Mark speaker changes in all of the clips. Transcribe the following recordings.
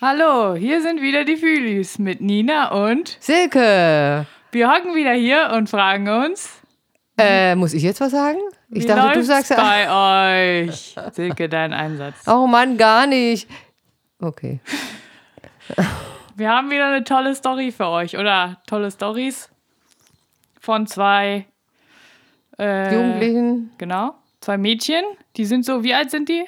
Speaker 1: Hallo, hier sind wieder die Fühlis mit Nina und
Speaker 2: Silke,
Speaker 1: wir hocken wieder hier und fragen uns,
Speaker 2: äh, muss ich jetzt was sagen? Ich
Speaker 1: Mhm. wie
Speaker 2: dachte, du
Speaker 1: läuft's
Speaker 2: sagst ja.
Speaker 1: bei euch? Silke, dein Einsatz.
Speaker 2: Oh Mann, gar nicht. Okay.
Speaker 1: Äh. Wir haben wieder eine tolle Story für euch, oder? Tolle Stories von zwei äh,
Speaker 2: Jugendlichen
Speaker 1: Genau, zwei Mädchen. Die sind so, wie alt sind die?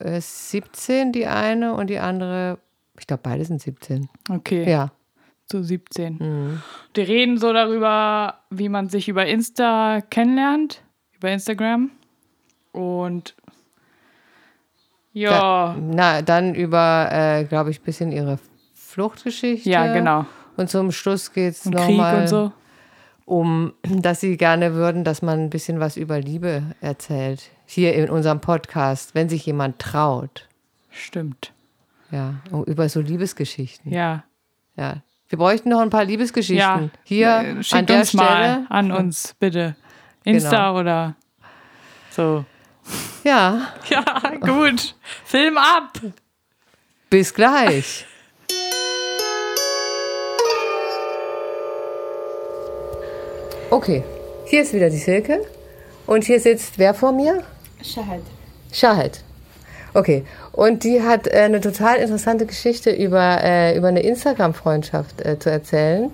Speaker 2: äh, 17, die eine und die andere. Ich glaube, beide sind 17.
Speaker 1: Okay,
Speaker 2: Ja.
Speaker 1: so 17.
Speaker 2: Mhm.
Speaker 1: Die reden so darüber, wie man sich über Insta kennenlernt, über Instagram. Und ja,
Speaker 2: Da, na, dann über, äh, glaube ich, ein bisschen ihre Fluchtgeschichte.
Speaker 1: ja, genau.
Speaker 2: Und zum Schluss geht es
Speaker 1: Und Krieg
Speaker 2: nochmal
Speaker 1: und so.
Speaker 2: um, dass sie gerne würden, dass man ein bisschen was über Liebe erzählt. Hier in unserem Podcast, wenn sich jemand traut.
Speaker 1: Stimmt.
Speaker 2: Ja, um- über so Liebesgeschichten.
Speaker 1: Ja.
Speaker 2: Ja. Wir bräuchten noch ein paar Liebesgeschichten.
Speaker 1: ja.
Speaker 2: Hier
Speaker 1: Äh, Schickt
Speaker 2: an der
Speaker 1: uns
Speaker 2: Stelle. Genau.
Speaker 1: mal an uns, bitte. Insta oder so.
Speaker 2: Ja,
Speaker 1: Ja, gut. Film ab.
Speaker 2: bis gleich. Okay, hier ist wieder die Silke. Und hier sitzt wer vor mir?
Speaker 3: Shahad.
Speaker 2: Shahid. halt. Okay, und die hat äh, eine total interessante Geschichte über, äh, über eine Instagram-Freundschaft äh, zu erzählen.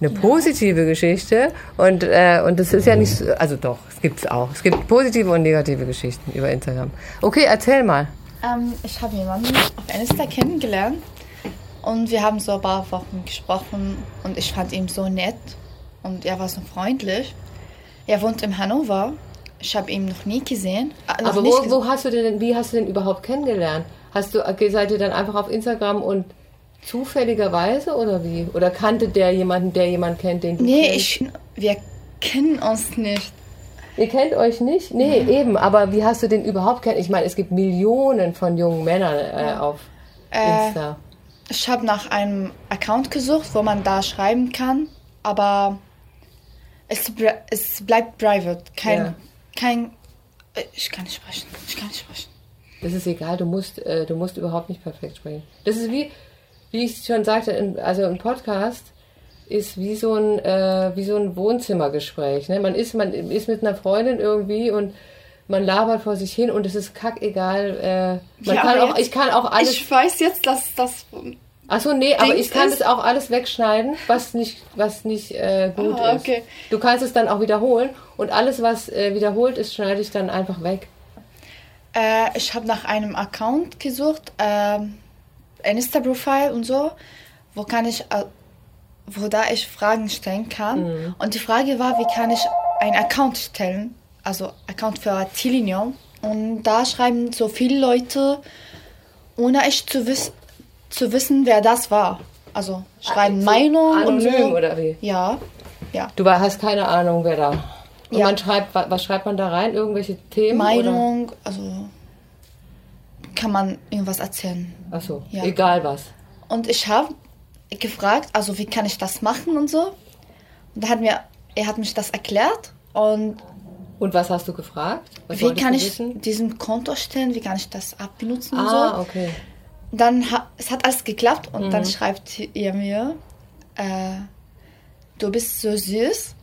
Speaker 2: Eine positive Geschichte. Und, äh, und das ist ja nicht, so- also doch, es gibt es auch. Es gibt positive und negative Geschichten über Instagram. Okay, erzähl mal.
Speaker 3: Ähm, ich habe jemanden auf Insta kennengelernt und wir haben so ein paar Wochen gesprochen und ich fand ihn so nett und er war so freundlich. Er wohnt in Hannover. Ich habe ihn noch nie gesehen. Äh, noch nicht gesehen.
Speaker 2: hast du denn, wie hast du denn überhaupt kennengelernt? Hast du, äh, seid ihr dann einfach auf Instagram und zufälligerweise oder wie? Oder kannte der jemanden, der jemanden kennt, den du
Speaker 3: Nee, ich, wir kennen uns nicht.
Speaker 2: Ihr kennt euch nicht? Nee,
Speaker 3: Mhm.
Speaker 2: eben. Aber wie hast du den überhaupt kennt? Ich meine, es gibt Millionen von jungen Männern äh, auf
Speaker 3: Äh,
Speaker 2: Insta.
Speaker 3: Ich habe nach einem Account gesucht, wo man da schreiben kann, aber es, ble- es bleibt private. Kein,
Speaker 2: Ja.
Speaker 3: kein, äh, ich kann nicht sprechen. Ich kann nicht sprechen.
Speaker 2: Das ist egal. Du musst, äh, du musst überhaupt nicht perfekt sprechen. Das ist wie, wie ich schon sagte, in, also ein Podcast ist wie so ein, äh, wie so ein Wohnzimmergespräch. Ne? Man ist, man ist mit einer Freundin irgendwie und man labert vor sich hin und es ist kackegal. Äh, man
Speaker 3: Ja,
Speaker 2: kann
Speaker 3: aber
Speaker 2: auch,
Speaker 3: jetzt-
Speaker 2: ich kann auch alles.
Speaker 3: Also Ich weiß jetzt, dass das
Speaker 2: Ach so, nee, aber
Speaker 3: Dings
Speaker 2: ich kann
Speaker 3: ist-
Speaker 2: das auch alles wegschneiden, was nicht, was nicht äh, gut
Speaker 3: Ah,
Speaker 2: ist.
Speaker 3: okay.
Speaker 2: Du kannst es dann auch wiederholen und alles, was äh, wiederholt ist, schneide ich dann einfach weg.
Speaker 3: Äh, ich habe nach einem Account gesucht, ähm, ein Insta-Profil und so, wo kann ich, äh, wo da ich Fragen stellen kann. Und die Frage war, wie kann ich einen Account stellen, also Account für Tilinium. Und da schreiben so viele Leute, ohne ich zu, wiss zu wissen, wer das war. Also schreiben Meinung und
Speaker 2: Anonym
Speaker 3: so.
Speaker 2: oder wie?
Speaker 3: Ja, ja.
Speaker 2: Du war- hast keine Ahnung, wer da. Und
Speaker 3: Ja.
Speaker 2: man schreibt, wa- was schreibt man da rein? Irgendwelche Themen?
Speaker 3: Meinung, also kann man irgendwas erzählen.
Speaker 2: Oder? Ach so,
Speaker 3: Ja.
Speaker 2: egal was.
Speaker 3: Und ich habe gefragt, also wie kann ich das machen und so. Und da hat mir, er hat mich das erklärt. Und
Speaker 2: Und was hast du gefragt? Was
Speaker 3: wie
Speaker 2: wolltest
Speaker 3: kann
Speaker 2: du
Speaker 3: ich
Speaker 2: wissen?
Speaker 3: diesen Konto stellen, wie kann ich das abbenutzen und so.
Speaker 2: Ah, okay.
Speaker 3: Dann ha, es hat alles geklappt und dann schreibt er mir, äh, du bist so süß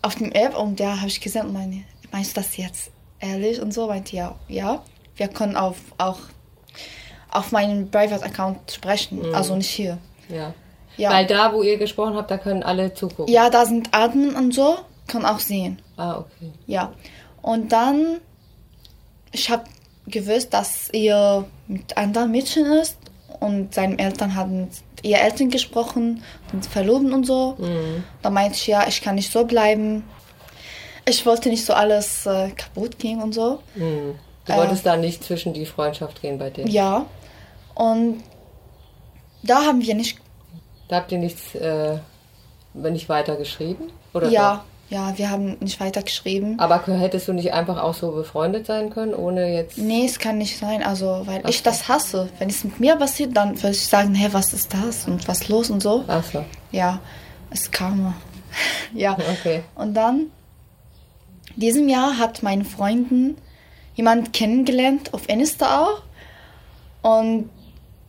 Speaker 3: auf dem App. Und da habe ich gesagt, und meine, meinst du das jetzt ehrlich? Und so meinte ja, ja, wir können auf, auch auf meinem Private Account sprechen, also nicht hier.
Speaker 2: Ja.
Speaker 3: Ja.
Speaker 2: Weil da, wo ihr gesprochen habt, da können alle zugucken.
Speaker 3: Ja, da sind Admin und so, kann auch sehen.
Speaker 2: Ah, okay.
Speaker 3: Ja. Und dann, ich habe gewusst, dass ihr mit anderen Mädchen ist und seine Eltern haben ihr Eltern gesprochen und verloben und so. Da meinte ich, ja, ich kann nicht so bleiben. Ich wollte nicht so alles äh, kaputt gehen und so.
Speaker 2: Du
Speaker 3: Äh.
Speaker 2: wolltest da nicht zwischen die Freundschaft gehen bei denen.
Speaker 3: Ja. Und da haben wir nicht.
Speaker 2: Da habt ihr nichts, äh, nicht weiter geschrieben? Oder
Speaker 3: Ja, ja, wir haben nicht weiter geschrieben.
Speaker 2: Doch? Aber k- hättest du nicht einfach auch so befreundet sein können, ohne jetzt.
Speaker 3: Nee, es kann nicht sein, also weil ich das hasse. Wenn es mit mir passiert, dann würde ich sagen, hey, was ist das und was los und so.
Speaker 2: Ach so,
Speaker 3: Ja, es ist Karma. ja.
Speaker 2: okay.
Speaker 3: Und dann, diesem Jahr hat mein Freundin jemand kennengelernt auf Insta auch. Und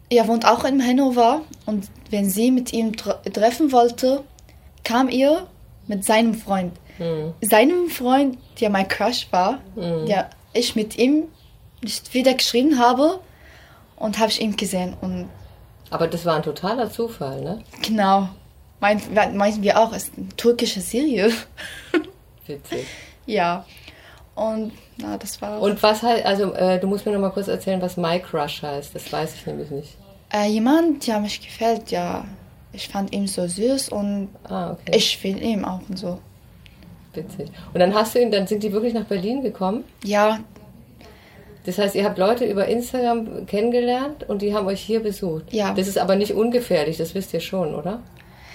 Speaker 3: Er wohnt auch in Hannover und wenn sie mit ihm tr treffen wollte, kam ihr mit seinem Freund. Seinem Freund, der mein Crush war, der ich mit ihm nicht wieder geschrieben habe und habe ich ihn gesehen und
Speaker 2: Aber das war ein totaler Zufall, ne?
Speaker 3: genau, mein- meinten wir auch, ist eine türkische Serie.
Speaker 2: Witzig.
Speaker 3: ja. Und na, das war
Speaker 2: Und was heißt, also äh, du musst mir noch mal kurz erzählen, was My Crush heißt. Das weiß ich nämlich nicht.
Speaker 3: äh, jemand, der mich gefällt, ja. Ich fand ihn so süß und
Speaker 2: Ah, okay.
Speaker 3: ich will ihn auch und so.
Speaker 2: Witzig. Und dann hast du ihn, dann sind die wirklich nach Berlin gekommen.
Speaker 3: Ja,
Speaker 2: Das heißt, ihr habt Leute über Instagram kennengelernt und die haben euch hier besucht.
Speaker 3: Ja.
Speaker 2: Das ist aber nicht ungefährlich, das wisst ihr schon, oder?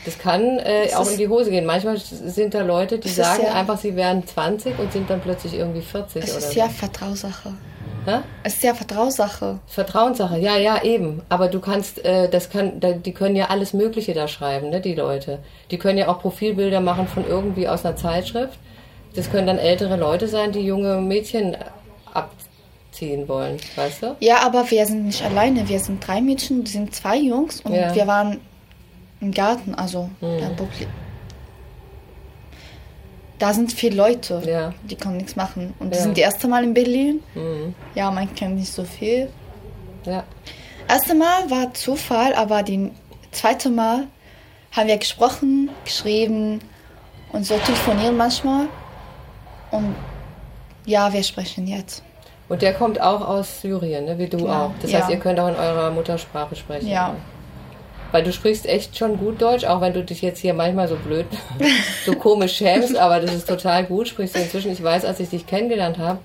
Speaker 2: Das kann äh,
Speaker 3: Das
Speaker 2: auch
Speaker 3: ist-
Speaker 2: in die Hose gehen. Manchmal s- sind da Leute, die
Speaker 3: Es ist
Speaker 2: sagen
Speaker 3: ja-
Speaker 2: einfach, sie wären 20 und sind dann plötzlich irgendwie 40
Speaker 3: es
Speaker 2: oder
Speaker 3: ist
Speaker 2: so.
Speaker 3: ja Vertrauenssache.
Speaker 2: Hä?
Speaker 3: Es ist ja Vertrauenssache.
Speaker 2: Vertrauenssache, ja, ja, eben. Aber du kannst, äh, das kann, da, die können ja alles Mögliche da schreiben, ne, die Leute. Die können ja auch Profilbilder machen von irgendwie aus einer Zeitschrift. Das können dann ältere Leute sein, die junge Mädchen abziehen wollen, weißt du?
Speaker 3: Ja, aber wir sind nicht alleine. Wir sind drei Mädchen, wir sind zwei Jungs und
Speaker 2: Ja. Hm.
Speaker 3: wir waren im Garten, also der Publi- Da sind viele Leute,
Speaker 2: Ja.
Speaker 3: die können nichts machen. Und die
Speaker 2: Ja. Mhm.
Speaker 3: sind die erste Mal in Berlin. Ja, man kennt nicht so viel.
Speaker 2: Ja.
Speaker 3: Erste Mal war Zufall, aber die zweite Mal haben wir gesprochen, geschrieben und so telefonieren manchmal. Und ja, wir sprechen jetzt.
Speaker 2: Und der kommt auch aus Syrien, ne, wie du
Speaker 3: Ja.
Speaker 2: auch. Das
Speaker 3: Ja.
Speaker 2: heißt, ihr könnt auch in eurer Muttersprache sprechen.
Speaker 3: Ja.
Speaker 2: Weil du sprichst echt schon gut Deutsch, auch wenn du dich jetzt hier manchmal so blöd, so komisch schämst, aber das ist total gut, sprichst du inzwischen. Ich weiß, als ich dich kennengelernt habe,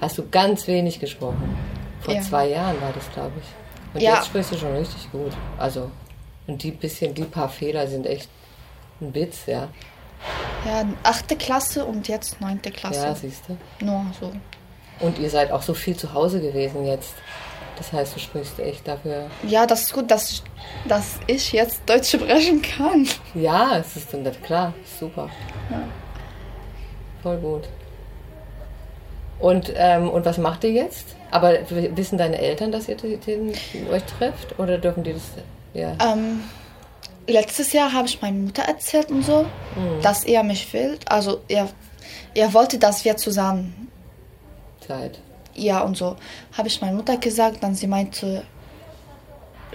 Speaker 2: hast du ganz wenig gesprochen. Vor
Speaker 3: Ja.
Speaker 2: zwei Jahren war das, glaube ich. Und
Speaker 3: Ja.
Speaker 2: jetzt sprichst du schon richtig gut. Also, und die bisschen, die paar Fehler sind echt ein Witz, ja.
Speaker 3: Ja, achte Klasse und jetzt neunte Klasse.
Speaker 2: Ja, siehst du.
Speaker 3: Nur so.
Speaker 2: Und ihr seid auch so viel zu Hause gewesen jetzt. Das heißt, du sprichst echt dafür
Speaker 3: Ja, das ist gut, dass ich, dass ich jetzt Deutsch sprechen kann.
Speaker 2: Ja, es ist dann klar, super. Voll gut. Und, ähm, und was macht ihr jetzt? Aber w- wissen deine Eltern, dass ihr die- den, euch trifft? Oder dürfen die das? Ja.
Speaker 3: Ähm, letztes Jahr habe ich meiner Mutter erzählt und so,
Speaker 2: Mhm.
Speaker 3: dass er mich will. Also er, er wollte, dass wir zusammen,
Speaker 2: Zeit.
Speaker 3: ja und so. Habe ich meiner Mutter gesagt, dann sie meinte,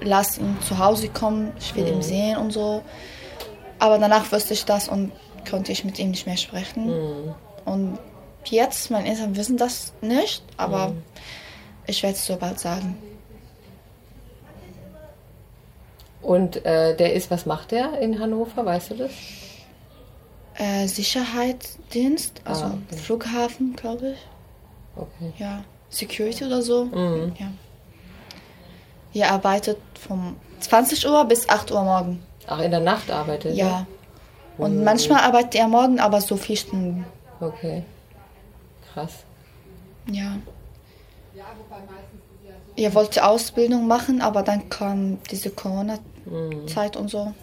Speaker 3: lass ihn zu Hause kommen, ich will
Speaker 2: Mhm.
Speaker 3: ihn sehen und so. Aber danach wusste ich das und konnte ich mit ihm nicht mehr sprechen.
Speaker 2: Mhm.
Speaker 3: Und jetzt, meine Eltern wissen das nicht, aber
Speaker 2: Mhm.
Speaker 3: ich werde es so bald sagen.
Speaker 2: Und äh, der ist, was macht der in Hannover? Weißt du das?
Speaker 3: Äh, Sicherheitsdienst, also
Speaker 2: Ah, okay.
Speaker 3: Flughafen, glaube ich.
Speaker 2: Okay.
Speaker 3: Ja, Security oder so. Ja. Er arbeitet von 20 Uhr bis 8 Uhr morgen.
Speaker 2: Ach, in der Nacht arbeitet er?
Speaker 3: Ja. Und manchmal arbeitet er morgen, aber so vier Stunden.
Speaker 2: Okay. Krass.
Speaker 3: Ja. Er wollte Ausbildung machen, aber dann kam diese Corona-Zeit und so.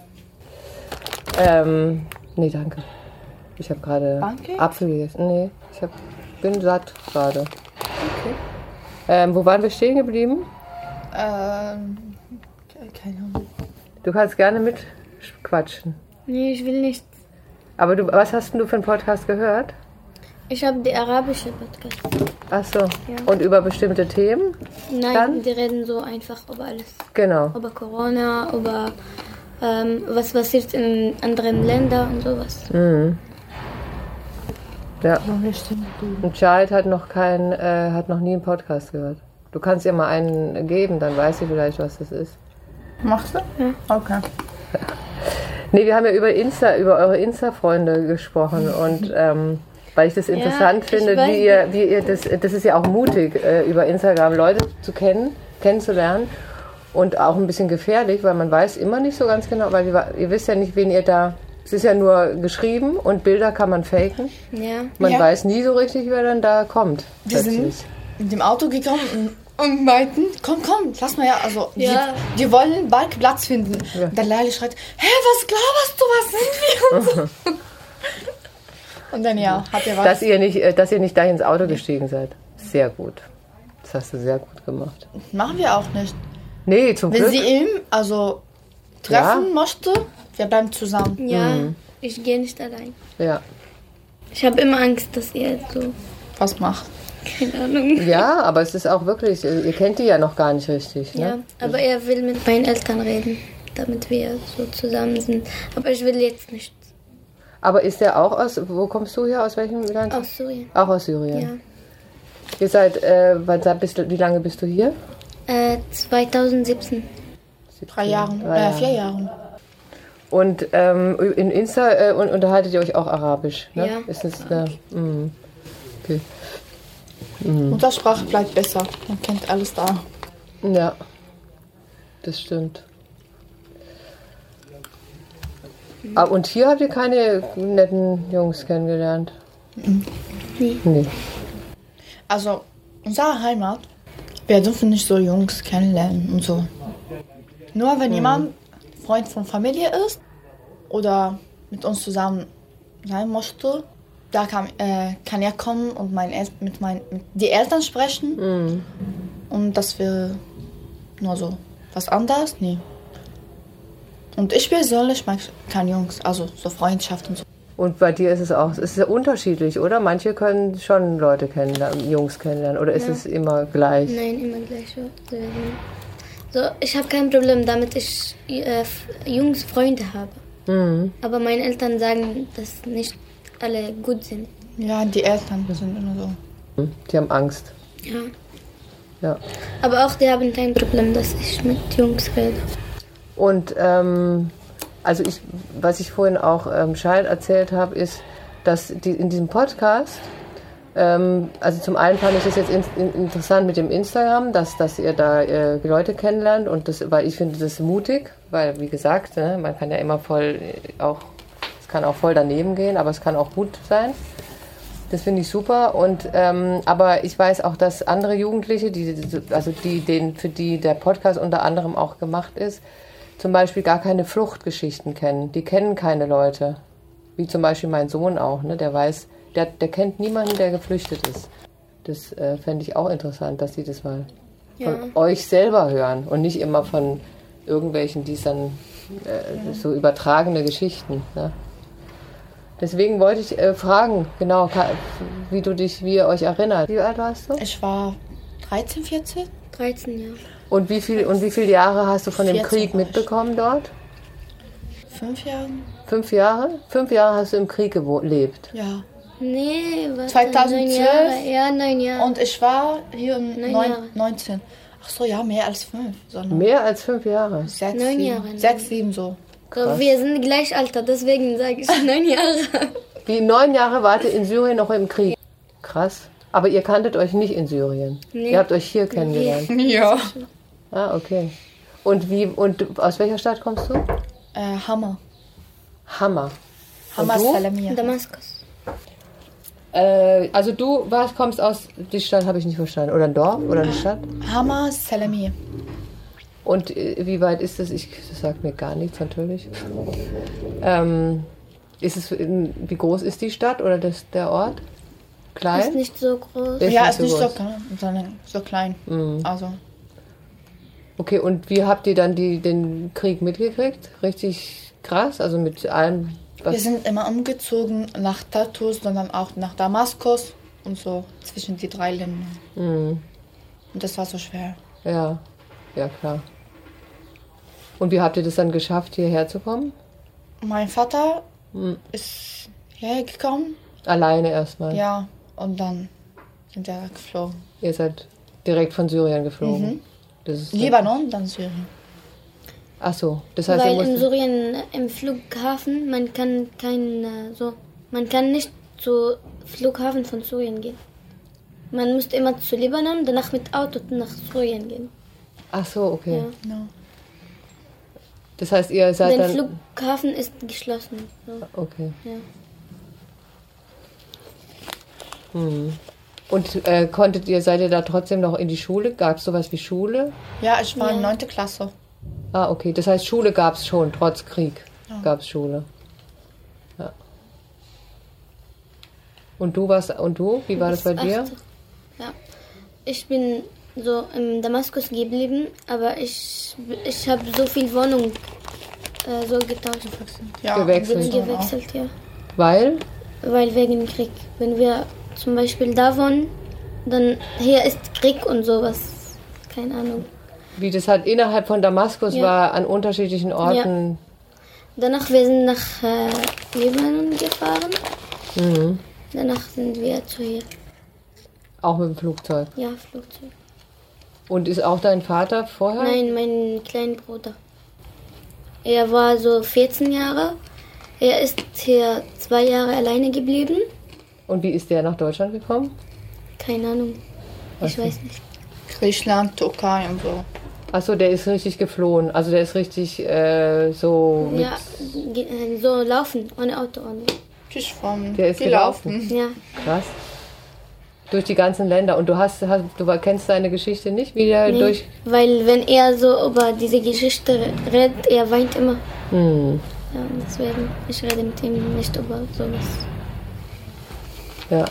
Speaker 2: Ähm, nee, danke. Ich habe gerade
Speaker 3: Danke?
Speaker 2: Apfel gegessen. Nee, ich hab, bin satt gerade. Okay. Ähm, wo waren wir stehen geblieben?
Speaker 3: Ähm,
Speaker 4: Keine Ahnung.
Speaker 2: Du kannst gerne mitquatschen.
Speaker 4: Nee, ich will nicht.
Speaker 2: Aber du, was hast denn du für einen Podcast gehört?
Speaker 4: Ich habe die arabische Podcast.
Speaker 2: Ach so. Und über bestimmte Themen?
Speaker 4: Nein,
Speaker 2: Dann?
Speaker 4: die reden so einfach über alles.
Speaker 2: Genau.
Speaker 4: Über Corona, über ähm, was passiert in anderen Ländern und sowas.
Speaker 2: Ja. Und Child hat noch keinen, äh, hat noch nie einen Podcast gehört. Du kannst ihr mal einen geben, dann weiß sie vielleicht, was das ist.
Speaker 3: Machst du? Okay.
Speaker 2: Nee, wir haben ja über Insta, über eure Insta-Freunde gesprochen und ähm, weil ich das interessant
Speaker 4: ich
Speaker 2: finde,
Speaker 4: weiß
Speaker 2: wie ihr, wie ihr das, das ist ja auch mutig, äh, über Instagram Leute zu kennen, kennenzulernen und auch ein bisschen gefährlich, weil man weiß immer nicht so ganz genau, weil ihr, ihr wisst ja nicht, wen ihr da, es ist ja nur geschrieben und Bilder kann man faken.
Speaker 4: Ja.
Speaker 2: Man
Speaker 3: Ja.
Speaker 2: weiß nie so richtig, wer dann da kommt.
Speaker 3: Wir sind-
Speaker 2: plötzlich.
Speaker 3: mit dem Auto gekommen und- und meinten, komm, komm, lass mal ja, also
Speaker 4: Ja.
Speaker 3: Die, die wollen einen Parkplatz finden. Und dann Leila schreit, hä, was glaubst du, was sind wir? Und, so. und dann ja, hat er
Speaker 2: Dass
Speaker 3: was.
Speaker 2: ihr nicht, äh, dass ihr nicht da ins Auto gestiegen seid. Sehr gut. Das hast du sehr gut gemacht.
Speaker 3: Machen wir auch nicht.
Speaker 2: Nee, zum
Speaker 3: Wenn
Speaker 2: Glück.
Speaker 3: sie ihn also treffen möchte, wir bleiben zusammen.
Speaker 4: Ja, ich gehe nicht allein.
Speaker 2: Ja.
Speaker 4: Ich habe immer Angst, dass ihr so,
Speaker 3: Was macht?
Speaker 4: keine Ahnung.
Speaker 2: ja, aber es ist auch wirklich, äh, ihr kennt die ja noch gar nicht richtig. Ne?
Speaker 4: Ja, aber er will mit meinen Eltern reden, damit wir so zusammen sind. Aber ich will jetzt nicht
Speaker 2: Aber ist der auch aus, wo kommst du hier, aus welchem Land?
Speaker 4: aus Syrien.
Speaker 2: Auch aus Syrien.
Speaker 4: Ja.
Speaker 2: Ihr seid, äh, wann, seit- bist, du- wie lange bist du hier?
Speaker 4: Äh, 2017.
Speaker 3: Drei Jahren,
Speaker 2: Drei
Speaker 3: äh, vier Jahren.
Speaker 2: Und ähm, in Insta äh, un- unterhaltet ihr euch auch arabisch, ne?
Speaker 4: Ja. Ah,
Speaker 2: Ist das, äh, mm. okay.
Speaker 3: Muttersprache bleibt besser. Man kennt alles da.
Speaker 2: Ja, das stimmt. Ah, und hier habt ihr keine netten Jungs kennengelernt?
Speaker 4: Nee.
Speaker 2: Nee.
Speaker 3: Also, unsere Heimat, wir dürfen nicht so Jungs kennenlernen und so. Nur wenn jemand Freund von Familie ist oder mit uns zusammen sein möchte, da kann, äh, kann er kommen und mein El mit, mein, mit die Eltern sprechen. Und das wäre nur so. Was anderes? Nee. Und ich persönlich mag keine Jungs, also so Freundschaft und so.
Speaker 2: Und bei dir ist es auch, es ist ja unterschiedlich, oder? Manche können schon Leute kennenlernen, Jungs kennenlernen, oder ist es immer gleich?
Speaker 4: Nein, immer gleich. so. So, ich habe kein Problem damit, ich äh, F- Jungs Freunde habe. Aber meine Eltern sagen, dass nicht alle gut sind.
Speaker 3: Ja, die Eltern sind immer so.
Speaker 2: Die haben Angst.
Speaker 4: Ja.
Speaker 2: Ja.
Speaker 4: Aber auch die haben kein Problem, dass ich mit Jungs rede.
Speaker 2: Und ähm, also ich, was ich vorhin auch ähm, Schein erzählt habe, ist, dass die, in diesem Podcast, ähm, also zum einen fand ich das jetzt in, in, interessant mit dem Instagram, dass, dass ihr da äh, Leute kennenlernt und das, weil ich finde das mutig, weil wie gesagt, ne, man kann ja immer voll äh, auch, es kann auch voll daneben gehen, aber es kann auch gut sein. Das finde ich super. Und ähm, aber ich weiß auch, dass andere Jugendliche, die also die, den, für die der Podcast unter anderem auch gemacht ist, zum Beispiel gar keine Fluchtgeschichten kennen. Die kennen keine Leute. Wie zum Beispiel mein Sohn auch, ne? Der weiß, der, der kennt niemanden, der geflüchtet ist. Das äh, fände ich auch interessant, dass sie das mal von euch selber hören und nicht immer von irgendwelchen, die es dann äh, so übertragene Geschichten. Ne? Deswegen wollte ich äh, fragen, genau, ka- wie du dich, wie ihr euch erinnert. Wie alt warst du?
Speaker 3: Ich war 13, 14?
Speaker 4: 13 Jahre.
Speaker 2: Und wie viel und wie viele Jahre hast du von dem
Speaker 3: 14
Speaker 2: Krieg
Speaker 3: war ich.
Speaker 2: mitbekommen dort?
Speaker 3: Fünf Jahren?
Speaker 2: Fünf Jahre? Fünf Jahre hast du im Krieg gewo- gelebt.
Speaker 3: Ja.
Speaker 4: Nee, was?
Speaker 3: 2012?
Speaker 4: Neun Jahre. Ja, neun Jahre.
Speaker 3: Und ich war hier um
Speaker 4: Neun Jahre.
Speaker 3: neun, 19. Ach so, ja, mehr als fünf, sondern
Speaker 2: Mehr als fünf Jahre.
Speaker 3: sechs,
Speaker 4: Neun
Speaker 3: sieben.
Speaker 4: Jahre.
Speaker 3: Sechs, sieben so.
Speaker 4: so, wir sind gleich alter, deswegen sage ich neun Jahre.
Speaker 2: Die neun Jahre wart ihr in Syrien noch im Krieg. Krass. Aber ihr kanntet euch nicht in Syrien.
Speaker 4: Nee.
Speaker 2: Ihr habt euch hier kennengelernt.
Speaker 3: Ja.
Speaker 2: Ah, okay. Und wie und aus welcher Stadt kommst du?
Speaker 3: Äh, Hammer.
Speaker 2: Hammer.
Speaker 3: Hammer
Speaker 2: du?
Speaker 3: Salamia.
Speaker 4: Damaskus.
Speaker 2: Äh, also du warst, kommst aus die Stadt, habe ich nicht verstanden. Oder ein Dorf oder eine Stadt?
Speaker 3: Hammer Salamia.
Speaker 2: Und äh, wie weit ist das? Ich das sagt mir gar nichts natürlich. Ähm, ist es in, wie groß ist die Stadt oder das, der Ort?
Speaker 4: Ist
Speaker 2: Klein?
Speaker 4: nicht so groß.
Speaker 2: Der
Speaker 3: Ja, ist nicht so
Speaker 2: groß.
Speaker 3: klein, sondern so klein. Also,
Speaker 2: Okay, und wie habt ihr dann die, den Krieg mitgekriegt? Richtig krass, also mit allem,
Speaker 3: wir
Speaker 2: was
Speaker 3: sind immer umgezogen nach Tartus, sondern auch nach Damaskus und so zwischen die drei Länder. Und das war so schwer.
Speaker 2: Ja, ja klar. Und wie habt ihr das dann geschafft, hierher zu kommen?
Speaker 3: Mein Vater ist hergekommen
Speaker 2: Alleine erstmal.
Speaker 3: Ja, und dann sind wir geflogen.
Speaker 2: Ihr seid direkt von Syrien geflogen.
Speaker 4: Mhm.
Speaker 2: Das ist
Speaker 3: Libanon, dann Syrien.
Speaker 2: Ach so, das heißt, ihr
Speaker 4: Weil in
Speaker 2: musst,
Speaker 4: Syrien äh, im Flughafen man kann kein äh, so man kann nicht zu Flughafen von Syrien gehen. Man muss immer zu Libanon, danach mit Auto nach Syrien gehen.
Speaker 2: ach so, okay.
Speaker 4: Ja.
Speaker 3: No.
Speaker 2: Das heißt, ihr seid
Speaker 4: Der
Speaker 2: dann
Speaker 4: Flughafen ist geschlossen. So.
Speaker 2: okay.
Speaker 4: Ja.
Speaker 2: Hm. Und äh, konntet ihr, seid ihr da trotzdem noch in die Schule? Gab es sowas wie Schule?
Speaker 3: Ja, ich war in 9. Klasse.
Speaker 2: Ah, okay. Das heißt, Schule gab es schon, trotz Krieg gab es Schule. Ja. Und du warst, und du, wie war das bei dir?
Speaker 4: Achte. Ja. Ich bin so in Damaskus geblieben, aber ich, ich habe so viel Wohnung äh, so getauscht.
Speaker 3: Ja,
Speaker 2: Gewechselt.
Speaker 3: und wir sind auch.
Speaker 4: Gewechselt, ja.
Speaker 2: Weil?
Speaker 4: Weil wegen Krieg. Wenn wir zum Beispiel da wohnen, dann hier ist Krieg und sowas. Keine Ahnung.
Speaker 2: Wie das halt innerhalb von Damaskus
Speaker 4: Ja.
Speaker 2: war, an unterschiedlichen Orten.
Speaker 4: Danach wir sind nach äh, Libanon gefahren. Danach sind wir zu hier.
Speaker 2: Auch mit dem Flugzeug.
Speaker 4: Ja, Flugzeug.
Speaker 2: Und ist auch dein Vater vorher?
Speaker 4: Nein, mein kleiner Bruder. Er war so 14 Jahre. Er ist hier zwei Jahre alleine geblieben.
Speaker 2: Und wie ist der nach Deutschland gekommen?
Speaker 4: Keine Ahnung. Ich weiß nicht.
Speaker 3: Griechenland, Türkei und so.
Speaker 2: Achso, der ist richtig geflohen. Also der ist richtig äh, so mit.
Speaker 4: Ja, ge- äh, so laufen, ohne Auto. Ohne.
Speaker 3: Ich vom
Speaker 2: Der ist gelaufen.
Speaker 4: Ja,
Speaker 2: Krass. Durch die ganzen Länder. Und du hast, hast du kennst seine Geschichte nicht, wie der
Speaker 4: nee.
Speaker 2: durch.
Speaker 4: Weil wenn er so über diese Geschichte redet, er weint immer.
Speaker 2: Hm.
Speaker 4: Ja, und deswegen, ich rede mit ihm nicht über sowas.
Speaker 2: Ja.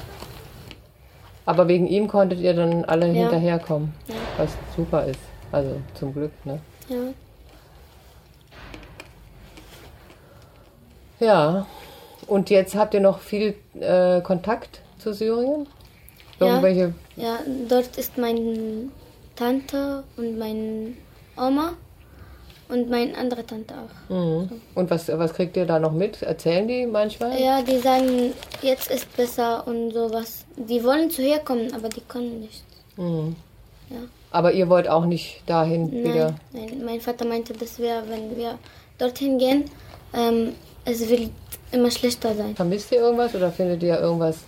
Speaker 2: Aber wegen ihm konntet ihr dann alle
Speaker 4: Ja.
Speaker 2: hinterherkommen. Was super ist. Also zum Glück, ne?
Speaker 4: Ja.
Speaker 2: Ja. Und jetzt habt ihr noch viel äh, Kontakt zu Syrien?
Speaker 4: Ja.
Speaker 2: Irgendwelche.
Speaker 4: Ja, dort ist meine Tante und meine Oma und meine andere Tante auch.
Speaker 2: Mhm. Und was, was kriegt ihr da noch mit? Erzählen die manchmal?
Speaker 4: Ja, die sagen, jetzt ist besser und sowas. Die wollen zu ihr kommen, aber die können nicht.
Speaker 2: Mhm.
Speaker 4: Ja.
Speaker 2: Aber ihr wollt auch nicht dahin wieder.
Speaker 4: Nein, nein, mein Vater meinte, dass wir, wenn wir dorthin gehen, ähm, es wird immer schlechter sein.
Speaker 2: Vermisst ihr irgendwas oder findet ihr irgendwas,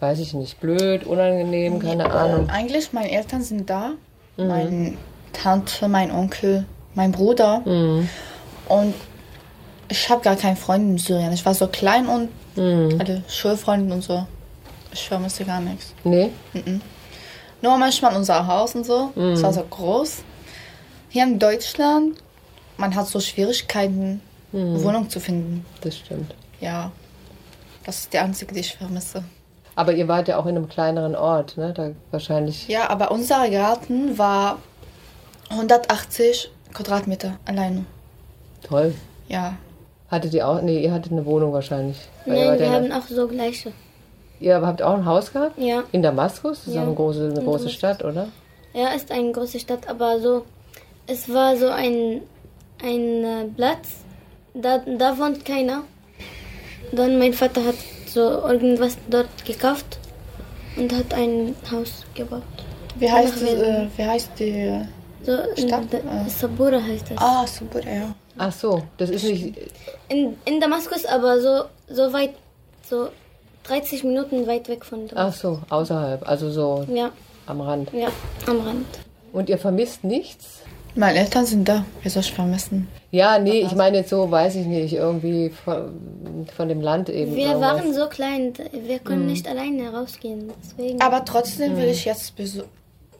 Speaker 2: weiß ich nicht, blöd, unangenehm, keine Ahnung? Mhm.
Speaker 3: Eigentlich, meine Eltern sind da. Meine Tante, mein Onkel, mein Bruder.
Speaker 2: Mhm.
Speaker 3: Und ich habe gar keinen Freund in Syrien. Ich war so klein und
Speaker 2: Mhm.
Speaker 3: alle Schulfreunde und so. Ich vermisse gar nichts.
Speaker 2: Nee?
Speaker 3: Nur manchmal unser Haus und so. Es war so groß. Hier in Deutschland, man hat so Schwierigkeiten, Wohnung zu finden.
Speaker 2: Das stimmt.
Speaker 3: Ja. Das ist der einzige, die ich vermisse.
Speaker 2: Aber ihr wart ja auch in einem kleineren Ort, ne? Da wahrscheinlich.
Speaker 3: Ja, aber unser Garten war 180 Quadratmeter alleine.
Speaker 2: Toll.
Speaker 3: Ja.
Speaker 2: Hattet ihr auch? Nee, ihr hattet eine Wohnung wahrscheinlich. Weil ihr
Speaker 4: Nein,
Speaker 2: wart
Speaker 4: wir
Speaker 2: ja in
Speaker 4: haben
Speaker 2: der-
Speaker 4: auch so gleiche.
Speaker 2: ihr habt auch ein Haus gehabt?
Speaker 4: Ja.
Speaker 2: In Damaskus? Das ist
Speaker 4: Ja,
Speaker 2: auch eine große, eine
Speaker 4: in
Speaker 2: große
Speaker 4: Damaskus.
Speaker 2: Stadt, oder?
Speaker 4: Ja, ist eine große Stadt, aber so, es war so ein, ein äh, Platz, da, da wohnt keiner. Dann mein Vater hat so irgendwas dort gekauft und hat ein Haus gebaut.
Speaker 3: Wie heißt,
Speaker 4: Nach
Speaker 3: es, äh,
Speaker 4: Westen.
Speaker 3: wie heißt die?
Speaker 4: So in
Speaker 3: Stadt,
Speaker 4: Da-
Speaker 3: äh.
Speaker 4: Sabura heißt das.
Speaker 3: Ah, super, ja.
Speaker 2: Ach so, das ist nicht.
Speaker 4: In, in Damaskus, aber so, so weit, so 30 Minuten weit weg von da.
Speaker 2: Ach so, außerhalb, also so
Speaker 4: Ja,
Speaker 2: am Rand.
Speaker 4: ja, am Rand.
Speaker 2: Und ihr vermisst nichts?
Speaker 3: Meine Eltern sind da. Wie soll ich vermissen?
Speaker 2: Ja, nee, ich meine jetzt so, weiß ich nicht, irgendwie von, von dem Land eben.
Speaker 4: Wir
Speaker 2: irgendwas.
Speaker 4: waren so klein, wir können nicht alleine rausgehen. Deswegen.
Speaker 3: Aber trotzdem will ich jetzt besu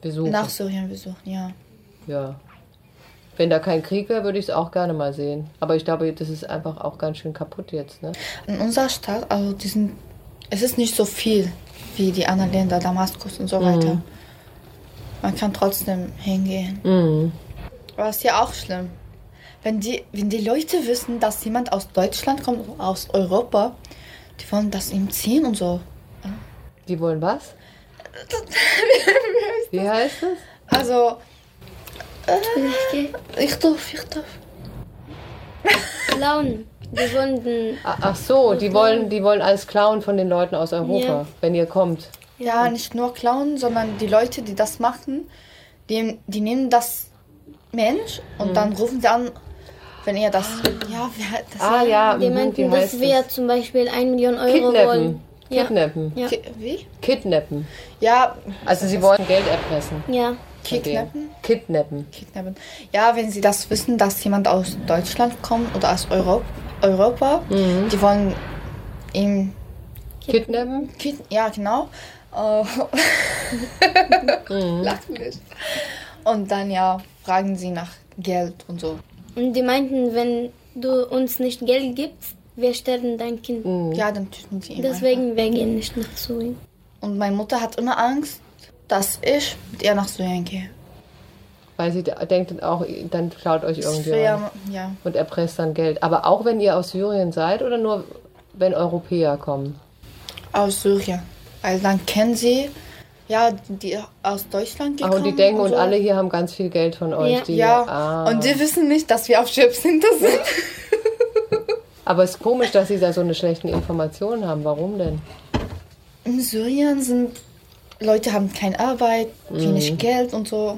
Speaker 2: Besuch.
Speaker 3: nach Syrien besuchen, ja.
Speaker 2: Ja. Wenn da kein Krieg wäre, würde ich es auch gerne mal sehen. Aber ich glaube, das ist einfach auch ganz schön kaputt jetzt, ne?
Speaker 3: In unserer Stadt, also die sind, es ist nicht so viel wie die anderen Länder, Damaskus und so
Speaker 2: Mhm.
Speaker 3: weiter. Man kann trotzdem hingehen.
Speaker 2: Mhm.
Speaker 3: Aber ist ja auch schlimm. Wenn die, wenn die Leute wissen, dass jemand aus Deutschland kommt, oder aus Europa, die wollen das ihm ziehen und so.
Speaker 2: Die wollen was? Wie heißt das?
Speaker 3: Also,
Speaker 4: Okay.
Speaker 3: ich darf, ich darf.
Speaker 4: Clown. Die wollen den.
Speaker 2: A- Ah, Ach so, die wollen, die wollen alles klauen von den Leuten aus Europa,
Speaker 4: Ja.
Speaker 2: wenn ihr kommt.
Speaker 3: Ja,
Speaker 2: Mhm.
Speaker 3: nicht nur klauen, sondern die Leute, die das machen, die, die nehmen das Mensch und
Speaker 2: Mhm.
Speaker 3: dann rufen sie an, wenn ihr das. Ja, wer das?
Speaker 2: Ah ja,
Speaker 4: Die
Speaker 2: mhm,
Speaker 4: meinten, dass wir zum Beispiel 1 Million Euro
Speaker 2: Kidnappen.
Speaker 4: wollen. Ja.
Speaker 2: Kidnappen.
Speaker 4: Ja.
Speaker 3: Ki- Wie?
Speaker 2: Kidnappen.
Speaker 3: Ja,
Speaker 2: Also sie wollen Geld erpressen.
Speaker 4: ja.
Speaker 2: von denen.
Speaker 3: kidnappen.
Speaker 2: Kidnappen.
Speaker 3: Kidnappen. Ja, wenn sie das wissen, dass jemand aus Deutschland kommt oder aus Europ Europa, die wollen ihm.
Speaker 2: Kidnappen?
Speaker 3: Kid ja, genau. Äh, Lach nicht. Und dann ja, fragen sie nach Geld und so.
Speaker 4: Und die meinten, wenn du uns nicht Geld gibst, wir sterben dein Kind.
Speaker 2: Mhm.
Speaker 3: Ja, dann töten sie ihn.
Speaker 4: Deswegen, wir gehen nicht nach Syrien.
Speaker 3: Und meine Mutter hat immer Angst, dass ich mit ihr nach Syrien gehe.
Speaker 2: Weil sie de- denkt dann auch, dann klaut euch
Speaker 3: Das
Speaker 2: irgendjemand
Speaker 3: wäre, ja.
Speaker 2: und erpresst dann Geld. Aber auch wenn ihr aus Syrien seid oder nur wenn Europäer kommen?
Speaker 3: Aus Syrien. Weil dann kennen sie, ja, die aus Deutschland
Speaker 2: Ach,
Speaker 3: gekommen.
Speaker 2: Ah, und die denken, und
Speaker 3: so.
Speaker 2: alle hier haben ganz viel Geld von euch.
Speaker 4: Ja.
Speaker 2: Die,
Speaker 3: Ja,
Speaker 2: ah.
Speaker 3: und die wissen nicht, dass wir auf Chips hinter sind.
Speaker 2: Aber es ist komisch, dass sie da so eine schlechten Informationen haben. Warum denn?
Speaker 3: In Syrien sind Leute haben keine Arbeit, wenig
Speaker 2: Mhm.
Speaker 3: Geld und so.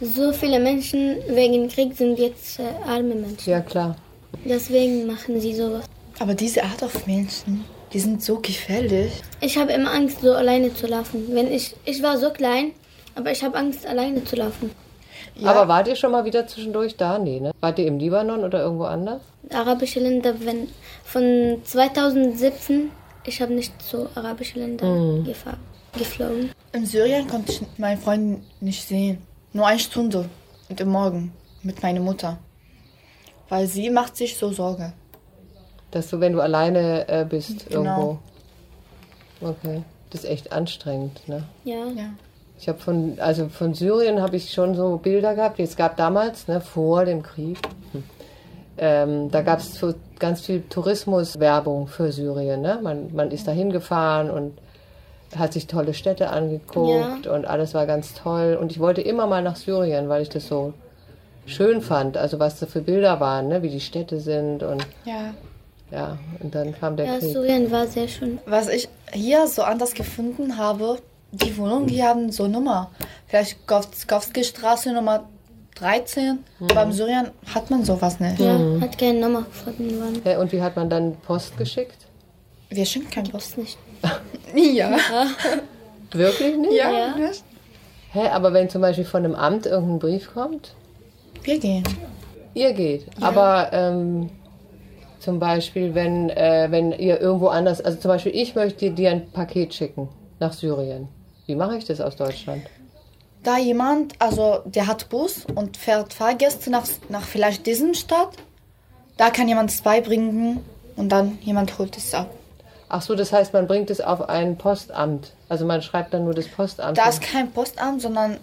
Speaker 4: So viele Menschen wegen Krieg sind jetzt äh, arme Menschen.
Speaker 2: Ja, klar.
Speaker 4: Deswegen machen sie sowas.
Speaker 3: Aber diese Art auf Menschen, die sind so gefährlich.
Speaker 4: Ich habe immer Angst, so alleine zu laufen. Wenn ich, ich war so klein, aber ich habe Angst, alleine zu laufen.
Speaker 3: Ja,
Speaker 2: Aber wart ihr schon mal wieder zwischendurch da? Nee, ne? Wart ihr im Libanon oder irgendwo anders?
Speaker 4: Arabische Länder, wenn von 2017, ich habe nicht zu arabischen Ländern
Speaker 2: Mm.
Speaker 4: gefahr, geflogen.
Speaker 3: in Syrien konnte ich meinen Freund nicht sehen. Nur eine Stunde und im Morgen mit meiner Mutter. Weil sie macht sich so Sorge.
Speaker 2: Dass du, wenn du alleine äh, bist,
Speaker 3: Genau.
Speaker 2: irgendwo. Okay. Das ist echt anstrengend, ne?
Speaker 4: Ja.
Speaker 3: Ja.
Speaker 2: Ich habe von, also von Syrien habe ich schon so Bilder gehabt. Es gab damals, ne, vor dem Krieg, hm, ähm, da gab es so ganz viel Tourismuswerbung für Syrien. Ne? Man, man ist da hingefahren und hat sich tolle Städte angeguckt und alles war ganz toll. Und ich wollte immer mal nach Syrien, weil ich das so schön fand. Also was da für Bilder waren, ne? wie die Städte sind und
Speaker 3: Ja.
Speaker 2: ja. Und dann kam der
Speaker 4: Ja,
Speaker 2: Krieg.
Speaker 4: Syrien war sehr schön.
Speaker 3: Was ich hier so anders gefunden habe, die Wohnungen, die haben so Nummer. Vielleicht Gowski Straße Nummer 13.
Speaker 2: Mhm.
Speaker 3: Beim Syrien hat man sowas nicht.
Speaker 4: Ja,
Speaker 2: Mm.
Speaker 4: hat keine Nummer gefunden worden.
Speaker 2: Hä, und wie hat man dann Post geschickt?
Speaker 3: Wir schicken kein Bus.
Speaker 4: Gibt's nicht.
Speaker 3: Ja.
Speaker 2: Wirklich nicht?
Speaker 4: Ja.
Speaker 3: nicht?
Speaker 2: Hä, aber wenn zum Beispiel von einem Amt irgendein Brief kommt,
Speaker 3: Wir gehen.
Speaker 2: Ihr geht. Aber ähm, zum Beispiel, wenn, äh, wenn ihr irgendwo anders, also zum Beispiel, ich möchte dir ein Paket schicken nach Syrien. Wie mache ich das aus Deutschland?
Speaker 3: Da jemand, also der hat Bus und fährt Fahrgäste nach, nach vielleicht diesen Stadt, da kann jemand es beibringen und dann jemand holt es ab.
Speaker 2: Ach so, das heißt, man bringt es auf ein Postamt. Also man schreibt dann nur das Postamt.
Speaker 3: Da
Speaker 2: hin.
Speaker 3: ist kein Postamt, sondern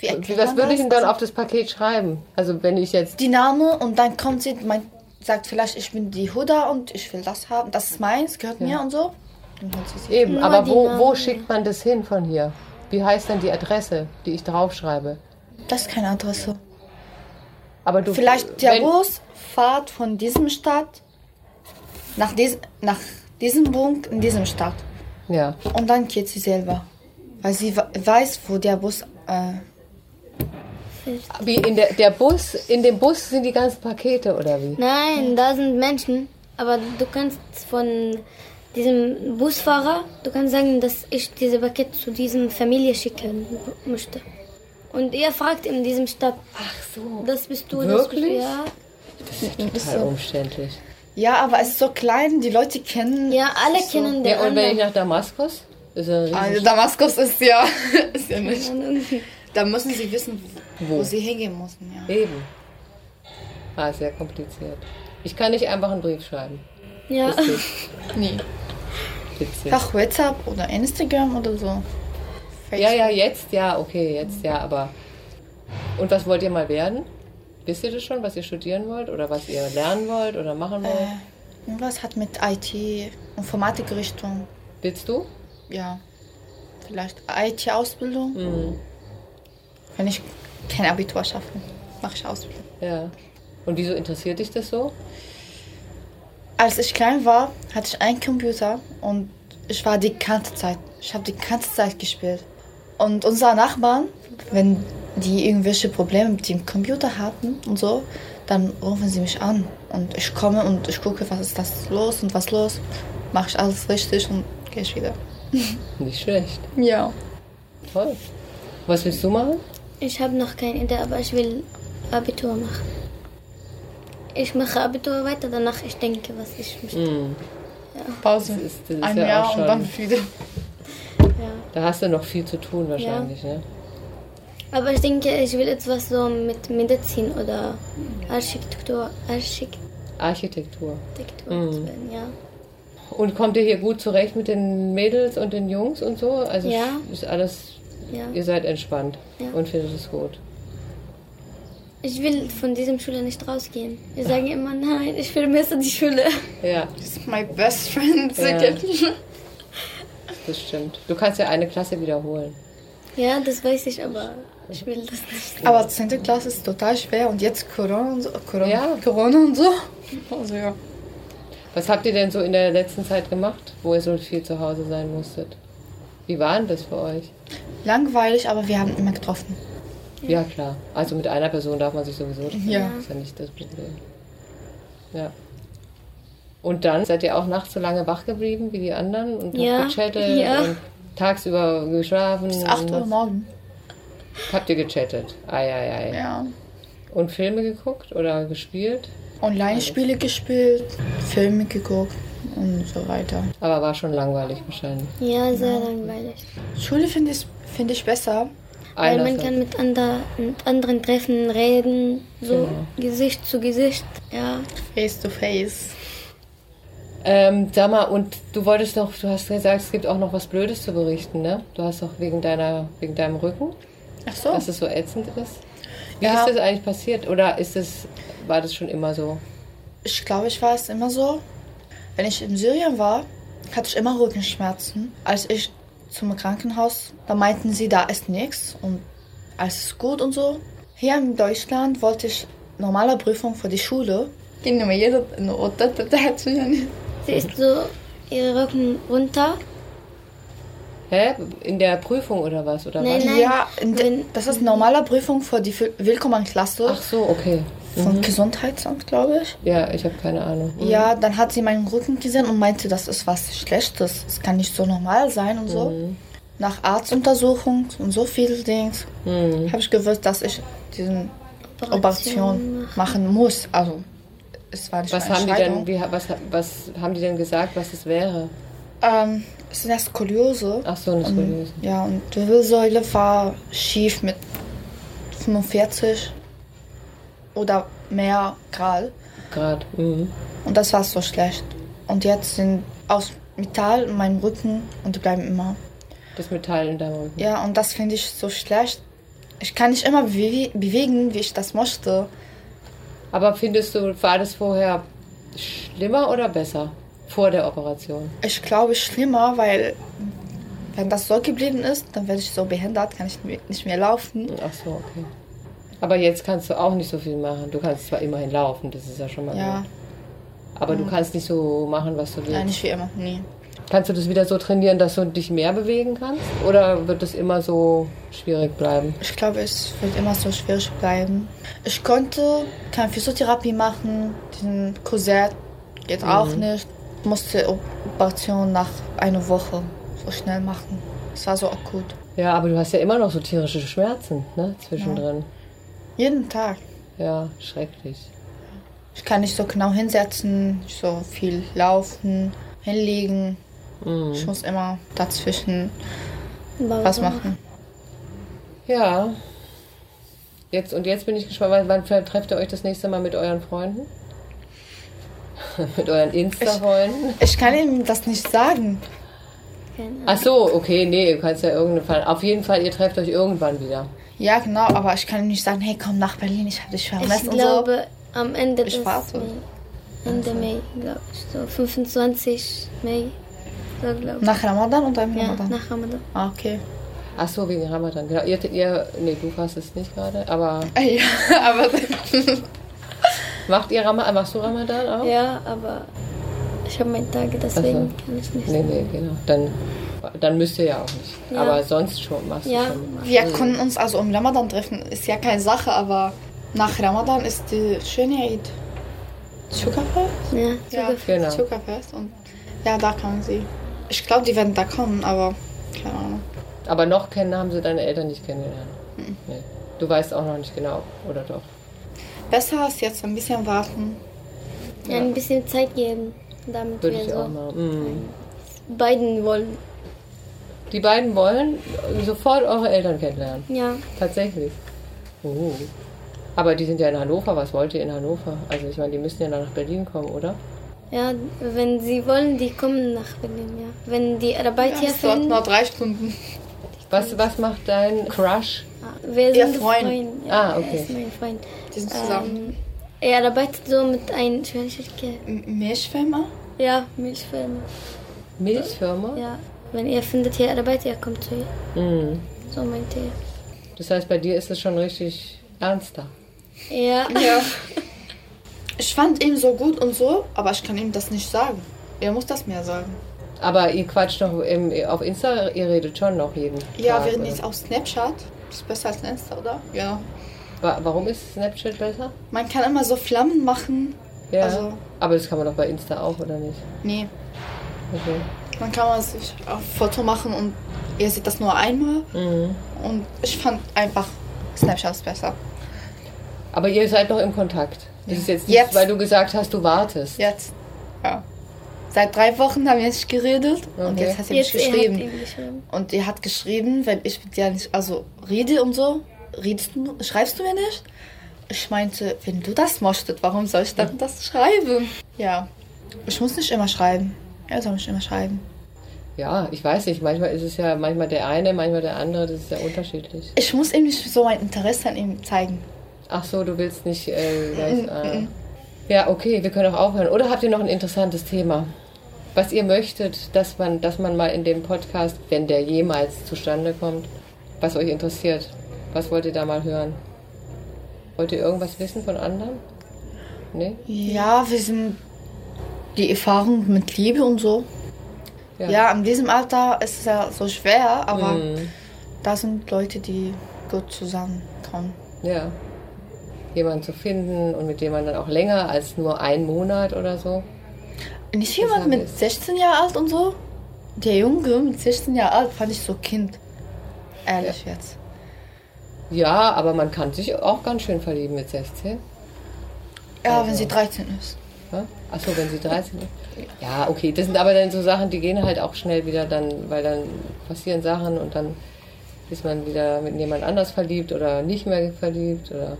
Speaker 3: wie
Speaker 2: Wie-
Speaker 3: erklärt
Speaker 2: Was
Speaker 3: man
Speaker 2: würde ich
Speaker 3: das?
Speaker 2: denn dann auf das Paket schreiben? Also wenn ich jetzt,
Speaker 3: die Name und dann kommt sie, mein, sagt vielleicht, ich bin die Huda und ich will das haben, das ist meins, gehört mir und so. Dann holt sie es.
Speaker 2: eben,
Speaker 4: Nur
Speaker 2: aber
Speaker 4: die
Speaker 2: wo, wo
Speaker 4: Namen.
Speaker 2: schickt man das hin von hier? Wie heißt denn die Adresse, die ich draufschreibe?
Speaker 3: Das ist keine Adresse.
Speaker 2: Aber du,
Speaker 3: Vielleicht der
Speaker 2: wenn-
Speaker 3: Bus fährt von diesem Stadt nach, dies, nach diesem Punkt in diesem Stadt.
Speaker 2: Ja.
Speaker 3: Und dann geht sie selber. Weil sie we- weiß, wo der Bus. Äh,
Speaker 2: Wie in der, der Bus, in dem Bus sind die ganzen Pakete oder wie?
Speaker 4: Nein, da sind Menschen, aber du kannst von diesem Busfahrer, du kannst sagen, dass ich diese Paket zu diesem Familie schicken möchte. Und er fragt in diesem Stadt. Ach so. Das bist du, das bist du,
Speaker 2: Wirklich?
Speaker 4: ja.
Speaker 2: Total umständlich.
Speaker 3: ja, aber es ist so klein, die Leute kennen.
Speaker 4: Ja, alle kennen den
Speaker 2: Ja, und wenn ich
Speaker 4: anderen.
Speaker 2: nach Damaskus? Ist ein
Speaker 3: Also
Speaker 2: riesen
Speaker 3: Damaskus ist ja, ist ja nicht.
Speaker 4: Und irgendwie-
Speaker 3: Da müssen sie wissen, wo,
Speaker 2: Wo?
Speaker 3: wo sie hingehen müssen. Ja.
Speaker 2: Eben. Ah, sehr kompliziert. Ich kann nicht einfach einen Brief schreiben.
Speaker 4: Ja,
Speaker 3: Nee.
Speaker 2: Witzig.
Speaker 3: Nach WhatsApp oder Instagram oder so.
Speaker 2: Ja, ja, jetzt, ja, okay, jetzt, ja, aber. Und was wollt ihr mal werden? Wisst ihr das schon, was ihr studieren wollt oder was ihr lernen wollt oder machen wollt?
Speaker 3: Äh, irgendwas hat mit IT, Informatikrichtung.
Speaker 2: Willst du?
Speaker 3: Ja. Vielleicht IT-Ausbildung.
Speaker 2: Mhm.
Speaker 3: Wenn ich kein Abitur schaffe, mache ich Ausbildung.
Speaker 2: Ja. Und wieso interessiert dich das so?
Speaker 3: Als ich klein war, hatte ich einen Computer und ich war die ganze Zeit. Ich habe die ganze Zeit gespielt. Und unsere Nachbarn, wenn die irgendwelche Probleme mit dem Computer hatten und so, dann rufen sie mich an. Und ich komme und ich gucke, was ist das los und was los. Mache ich alles richtig und gehe ich wieder.
Speaker 2: Nicht schlecht.
Speaker 3: Ja.
Speaker 2: Toll. Was willst du machen?
Speaker 4: ich habe noch keine Idee, aber ich will Abitur machen. Ich mache Abitur weiter, danach ich denke, was ich möchte.
Speaker 3: Pause.
Speaker 2: Das ist- das ist
Speaker 3: Ein
Speaker 2: ja auch
Speaker 3: Jahr
Speaker 2: schon-
Speaker 3: und dann wieder.
Speaker 4: Ja.
Speaker 2: Da hast du noch viel zu tun wahrscheinlich, ne?
Speaker 4: Aber ich denke, ich will etwas so mit Medizin oder Architektur, Architektur Mhm.
Speaker 2: Architektur.
Speaker 4: werden, ja.
Speaker 2: Und kommt ihr hier gut zurecht mit den Mädels und den Jungs und so? Also
Speaker 4: Ja.
Speaker 2: ist alles,
Speaker 4: Ja.
Speaker 2: ihr seid entspannt
Speaker 4: Ja.
Speaker 2: und findet es gut.
Speaker 4: Ich will von diesem Schule nicht rausgehen. Ich sage immer, nein, ich vermisse die Schule.
Speaker 2: Ja,
Speaker 3: This is my best friend.
Speaker 2: Ja.
Speaker 3: again.
Speaker 2: das stimmt. Du kannst ja eine Klasse wiederholen.
Speaker 4: Ja, das weiß ich, aber ich will das nicht.
Speaker 3: Aber 10. Klasse ist total schwer und jetzt Corona und so. Corona,
Speaker 2: Ja.
Speaker 3: Corona und so. Also ja.
Speaker 2: Was habt ihr denn so in der letzten Zeit gemacht, wo ihr so viel zu Hause sein musstet? Wie war denn das für euch?
Speaker 3: Langweilig, aber wir haben immer getroffen.
Speaker 2: Ja, klar. Also mit einer Person darf man sich sowieso treffen.
Speaker 3: Ja.
Speaker 2: Ist ja nicht das Problem. Ja. Und dann seid ihr auch nachts so lange wach geblieben wie die anderen und habt
Speaker 4: Ja.
Speaker 2: gechattet
Speaker 4: Ja.
Speaker 2: und tagsüber geschlafen.
Speaker 3: Bis 8 Uhr
Speaker 2: und
Speaker 3: morgen.
Speaker 2: Habt ihr gechattet? Ei, ei, ei.
Speaker 3: Ja.
Speaker 2: Und Filme geguckt oder gespielt?
Speaker 3: Online-Spiele gespielt, Filme geguckt und so weiter.
Speaker 2: Aber war schon langweilig wahrscheinlich.
Speaker 4: Ja, sehr langweilig.
Speaker 3: Schule finde ich, find ich besser.
Speaker 4: Weil man
Speaker 2: Einerseits.
Speaker 4: kann mit, ander, mit anderen treffen, reden, so Gesicht zu Gesicht. Ja,
Speaker 3: Face to face.
Speaker 2: Ähm, sag mal, und du wolltest noch, du hast gesagt, es gibt auch noch was Blödes zu berichten, ne? Du hast doch wegen deiner, wegen deinem Rücken,
Speaker 3: Ach so.
Speaker 2: dass es so ätzend ist. Wie
Speaker 3: Oh. Ja.
Speaker 2: ist das eigentlich passiert? Oder ist es, war das schon immer so?
Speaker 3: Ich glaube, ich war es immer so. Wenn ich in Syrien war, hatte ich immer Rückenschmerzen. Als ich zum Krankenhaus, da meinten sie, da ist nichts und alles ist gut und so. Hier in Deutschland wollte ich normale Prüfung für die Schule.
Speaker 4: sie ist so ihre Rücken runter.
Speaker 2: Hä? In der Prüfung oder was? Oder
Speaker 4: Nein,
Speaker 2: was?
Speaker 4: nein.
Speaker 3: Ja, in de-
Speaker 4: Wenn-
Speaker 3: das ist normale Prüfung für die Fü- Willkommenklasse
Speaker 2: Ach so, okay.
Speaker 3: vom Gesundheitsamt, glaube ich.
Speaker 2: Ja, ich habe keine Ahnung. Mhm.
Speaker 3: Ja, dann hat sie meinen Rücken gesehen und meinte, das ist was Schlechtes. Es kann nicht so normal sein und so. Nach Arztuntersuchung und so viel Dings
Speaker 2: Mhm.
Speaker 3: habe ich gewusst, dass ich diesen Operation machen. muss. Also es war nicht
Speaker 2: Was
Speaker 3: meine
Speaker 2: haben die denn,
Speaker 3: Entscheidung.
Speaker 2: wie, ha- was, ha- was haben die denn gesagt, was es wäre?
Speaker 3: Ähm, es ist eine Skoliose.
Speaker 2: Ach so, eine
Speaker 3: Ähm.
Speaker 2: Skoliose.
Speaker 3: Ja, und die Wirbelsäule war schief mit 45 oder mehr Grad.
Speaker 2: Grad. Mhm.
Speaker 3: Und das war so schlecht. Und jetzt sind aus Metall in meinem Rücken und die bleiben immer.
Speaker 2: Das Metall in deinem Rücken.
Speaker 3: Ja, und das finde ich so schlecht. Ich kann nicht immer bewe bewegen, wie ich das möchte.
Speaker 2: Aber findest du, war das vorher schlimmer oder besser? Vor der Operation?
Speaker 3: Ich glaube, schlimmer, weil wenn das so geblieben ist, dann werde ich so behindert, kann ich mi- nicht mehr laufen.
Speaker 2: Ach so, okay. Aber jetzt kannst du auch nicht so viel machen. Du kannst zwar immerhin laufen, das ist ja schon mal
Speaker 3: Ja,
Speaker 2: gut. Aber du kannst nicht so machen, was du willst.
Speaker 3: ja nicht wie immer, nee.
Speaker 2: Kannst du das wieder so trainieren, dass du dich mehr bewegen kannst? Oder wird das immer so schwierig bleiben?
Speaker 3: Ich glaube, es wird immer so schwierig bleiben. Ich konnte keine Physiotherapie machen, den Korsett geht auch nicht. Musste Operation nach einer Woche so schnell machen. Es war so akut.
Speaker 2: Ja, aber du hast ja immer noch so tierische Schmerzen, ne? Zwischendrin.
Speaker 3: Jeden Tag.
Speaker 2: Ja, schrecklich.
Speaker 3: Ich kann nicht so genau hinsetzen, nicht so viel laufen, hinlegen. Ich muss immer dazwischen was machen.
Speaker 2: Ja. Jetzt und jetzt bin ich gespannt, wann- wann vielleicht trefft ihr euch das nächste Mal mit euren Freunden? mit euren Insta-Freunden?
Speaker 3: Ich kann ihm das nicht sagen.
Speaker 2: Ach so, okay, nee, du kannst ja irgendeinen Fall. Auf jeden Fall, ihr trefft euch irgendwann wieder.
Speaker 3: Ja, genau, aber ich kann ihm nicht sagen, hey, komm nach Berlin, ich hab dich vermisst
Speaker 4: Ich
Speaker 3: und so.
Speaker 4: glaube, am Ende
Speaker 3: Ich
Speaker 4: des
Speaker 3: warte.
Speaker 4: Mai. Ende Mai, glaube ich. So 25 Mai. So, glaube ich.
Speaker 3: Nach Ramadan und dann
Speaker 4: ja,
Speaker 3: Ramadan.
Speaker 4: nach Ramadan.
Speaker 3: Ah, okay.
Speaker 2: Ach so, wegen Ramadan. Genau, ihr, ihr nee, du fasst es nicht gerade, aber
Speaker 3: Ja, aber
Speaker 2: macht ihr Ramadan, machst du Ramadan
Speaker 3: Oh.
Speaker 2: auch?
Speaker 4: Ja, aber ich habe meinen Tag, deswegen kann ich nicht.
Speaker 2: Nee, nee, genau. Dann, dann müsst ihr ja auch nicht.
Speaker 4: Ja.
Speaker 2: Aber sonst schon machst
Speaker 4: Ja.
Speaker 2: du schon. mal.
Speaker 3: wir können uns also um Ramadan treffen, ist ja keine Sache, aber nach Ramadan ist die schöne Eid. Zuckerfest?
Speaker 4: Ja,
Speaker 3: Ja,
Speaker 4: sogar
Speaker 2: Genau.
Speaker 3: Zuckerfest. Und ja, da kommen sie. Ich glaube, die werden da kommen, aber keine Ahnung.
Speaker 2: Aber noch kennen haben sie deine Eltern nicht kennengelernt.
Speaker 4: Hm.
Speaker 2: Nee. Du weißt auch noch nicht genau, oder doch?
Speaker 3: Besser ist jetzt ein bisschen warten.
Speaker 4: ein bisschen Zeit geben, damit
Speaker 2: Würde
Speaker 4: wir
Speaker 2: ich auch
Speaker 4: so
Speaker 2: mal. Mm.
Speaker 4: beiden wollen.
Speaker 2: Die beiden wollen sofort eure Eltern kennenlernen.
Speaker 4: Ja,
Speaker 2: Tatsächlich. Oh. Aber die sind ja in Hannover. Was wollt ihr in Hannover? Also ich meine, die müssen ja nach Berlin kommen, oder?
Speaker 4: Ja, wenn sie wollen, die kommen nach Berlin, ja. Wenn die Arbeit
Speaker 3: Ja,
Speaker 4: hier
Speaker 3: es dauert
Speaker 4: finden,
Speaker 3: nur drei Stunden.
Speaker 2: Was, was macht dein Crush?
Speaker 4: ah, wir
Speaker 3: Ihr
Speaker 4: sind
Speaker 3: Freund.
Speaker 4: Freunde.
Speaker 2: Ah,
Speaker 4: er
Speaker 2: okay.
Speaker 4: ist mein Freund.
Speaker 3: Die sind zusammen.
Speaker 4: Er arbeitet so mit einer Schwierigkeit.
Speaker 3: Ähm, Milchfirma?
Speaker 4: Ja, Milchfirma.
Speaker 2: Milchfirma?
Speaker 4: Ja, wenn ihr findet hier Arbeit, ihr kommt zu ihr.
Speaker 2: Mhm.
Speaker 4: So meinte er.
Speaker 2: Das heißt, bei dir ist es schon richtig ernster.
Speaker 4: Ja,
Speaker 3: Ja. Ich fand ihn so gut und so, aber ich kann ihm das nicht sagen. Er muss das mir sagen.
Speaker 2: Aber ihr quatscht noch im, auf Insta, ihr redet schon noch jeden
Speaker 3: Ja,
Speaker 2: Tag.
Speaker 3: wir reden
Speaker 2: oder?
Speaker 3: jetzt auf Snapchat. Ist besser als Insta, oder? Ja.
Speaker 2: Wa- Warum ist Snapchat besser?
Speaker 3: Man kann immer so Flammen machen.
Speaker 2: Ja.
Speaker 3: Also-
Speaker 2: Aber das kann man doch bei Insta auch, oder nicht?
Speaker 3: Nee,
Speaker 2: Okay.
Speaker 3: man kann mal sich auf Foto machen und ihr seht das nur einmal. Und ich fand einfach Snapchat ist besser.
Speaker 2: Aber ihr seid noch im Kontakt. Das ist jetzt nicht,
Speaker 3: Jetzt.
Speaker 2: weil du gesagt hast, du wartest.
Speaker 3: Jetzt. Ja. Seit drei Wochen haben wir nicht geredet und
Speaker 2: Okay.
Speaker 3: jetzt hat sie mich
Speaker 4: jetzt er hat
Speaker 3: geschrieben.
Speaker 4: ihm geschrieben.
Speaker 3: Und er hat geschrieben, wenn ich mit dir nicht, also rede und so, redest du, schreibst du mir nicht? Ich meinte, wenn du das möchtest, warum soll ich dann das schreiben? Ja, ich muss nicht immer schreiben. Er soll nicht immer schreiben.
Speaker 2: Ja, ich weiß nicht. Manchmal ist es ja manchmal der eine, manchmal der andere. Das ist ja unterschiedlich.
Speaker 3: Ich muss ihm nicht so mein Interesse an ihm zeigen.
Speaker 2: Ach so, du willst nicht. Äh, gleich, äh. Ja, okay, wir können auch aufhören. Oder habt ihr noch ein interessantes Thema? Was ihr möchtet, dass man, dass man mal in dem Podcast, wenn der jemals zustande kommt, was euch interessiert. Was wollt ihr da mal hören? Wollt ihr irgendwas wissen von anderen? Nee?
Speaker 3: Ja, wir sind die Erfahrung mit Liebe und so. Ja, in diesem Alter ist es ja so schwer, aber
Speaker 4: Mhm.
Speaker 2: Hm,
Speaker 3: da sind Leute, die gut zusammenkommen.
Speaker 2: ja. Jemanden zu finden und mit dem man dann auch länger als nur einen Monat oder so.
Speaker 3: Nicht jemand
Speaker 2: haben wir
Speaker 3: mit 16 Jahren alt und so? Der Junge mit 16 Jahren alt fand ich so Kind. Ehrlich jetzt.
Speaker 2: Ja, aber man kann sich auch ganz schön verlieben mit 16.
Speaker 3: Ja,
Speaker 2: Also.
Speaker 3: wenn sie 13 ist.
Speaker 2: Achso, ne? wenn sie 13 ist. Ja, okay, das sind aber dann so Sachen, die gehen halt auch schnell wieder dann, weil dann passieren Sachen und dann ist man wieder mit jemand anders verliebt oder nicht mehr verliebt oder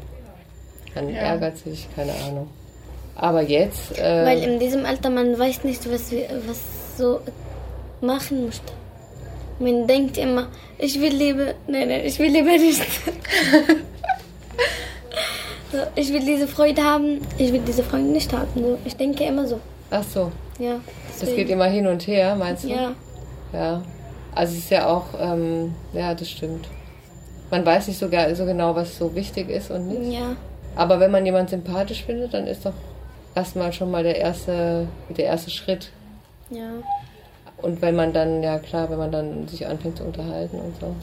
Speaker 2: man
Speaker 3: Ja.
Speaker 2: ärgert sich, keine Ahnung. Aber jetzt,
Speaker 4: Weil
Speaker 2: äh,
Speaker 4: in diesem Alter man weiß nicht, was, wir- was so machen muss. Man denkt immer, ich will lieber, nein, nein, ich will lieber nicht. so, ich will diese Freude haben, ich will diese Freude nicht haben. So, ich denke immer so.
Speaker 2: ach so,
Speaker 4: Ja.
Speaker 2: das geht immer hin und her, meinst du?
Speaker 4: Ja,
Speaker 2: Ja, also es ist ja auch, ähm, ja, das stimmt. Man weiß nicht so, ge- so genau, was so wichtig ist und nicht.
Speaker 4: ja,
Speaker 2: Aber wenn man jemanden sympathisch findet, dann ist doch erstmal schon mal der erste, der erste Schritt.
Speaker 4: ja.
Speaker 2: Und wenn man dann, ja klar, wenn man dann sich anfängt zu unterhalten und so.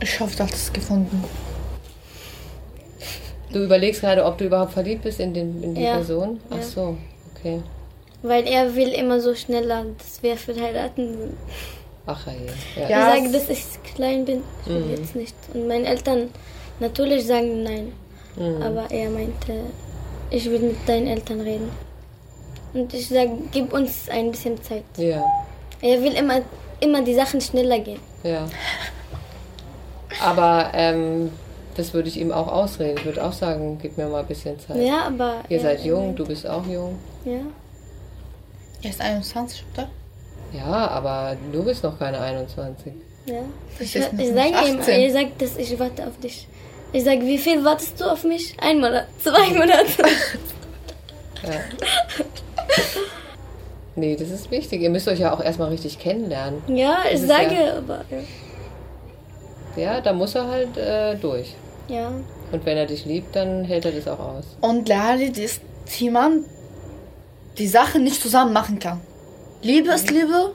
Speaker 3: Ich hoffe, du hast es gefunden.
Speaker 2: Du überlegst gerade, ob du überhaupt verliebt bist in, den, in die
Speaker 4: Ja.
Speaker 2: Person? Ach
Speaker 4: Ja.
Speaker 2: so, okay.
Speaker 4: Weil er will immer so schneller, dass wir halt verheiratet sind.
Speaker 2: Ach je. Ja.
Speaker 3: Ja.
Speaker 4: ich sage,
Speaker 3: es-
Speaker 4: dass ich klein bin. Ich
Speaker 2: Mhm.
Speaker 4: will jetzt nicht. Und meine Eltern natürlich sagen nein.
Speaker 2: Mhm.
Speaker 4: Aber er meinte, ich will mit deinen Eltern reden. Und ich sage, gib uns ein bisschen Zeit.
Speaker 2: ja,
Speaker 4: Er will immer, immer die Sachen schneller gehen.
Speaker 2: ja. Aber ähm, das würde ich ihm auch ausreden. Ich würde auch sagen, gib mir mal ein bisschen Zeit.
Speaker 4: Ja, aber.
Speaker 2: Ihr
Speaker 4: er-
Speaker 2: seid jung, du bist auch jung.
Speaker 4: Ja.
Speaker 3: Er ist 21, oder?
Speaker 2: Ja, aber du bist noch keine 21.
Speaker 4: Ja.
Speaker 3: Ich
Speaker 4: Ich,
Speaker 3: ist noch
Speaker 4: ich
Speaker 3: nicht
Speaker 4: sage ihm,
Speaker 3: 18.
Speaker 4: er sagt, dass ich warte auf dich. Ich sage, wie viel wartest du auf mich? Ein Monat, zwei Monate.
Speaker 2: Nee, das ist wichtig. Ihr müsst euch ja auch erstmal richtig kennenlernen.
Speaker 4: ja, ich
Speaker 2: ist
Speaker 4: sage,
Speaker 2: ja-
Speaker 4: aber.
Speaker 2: Ja, da muss er halt äh, durch.
Speaker 4: Ja.
Speaker 2: Und wenn er dich liebt, dann hält er das auch aus.
Speaker 3: Und Lali, die ist jemand, die Sachen nicht zusammen machen kann. Liebe ist Liebe.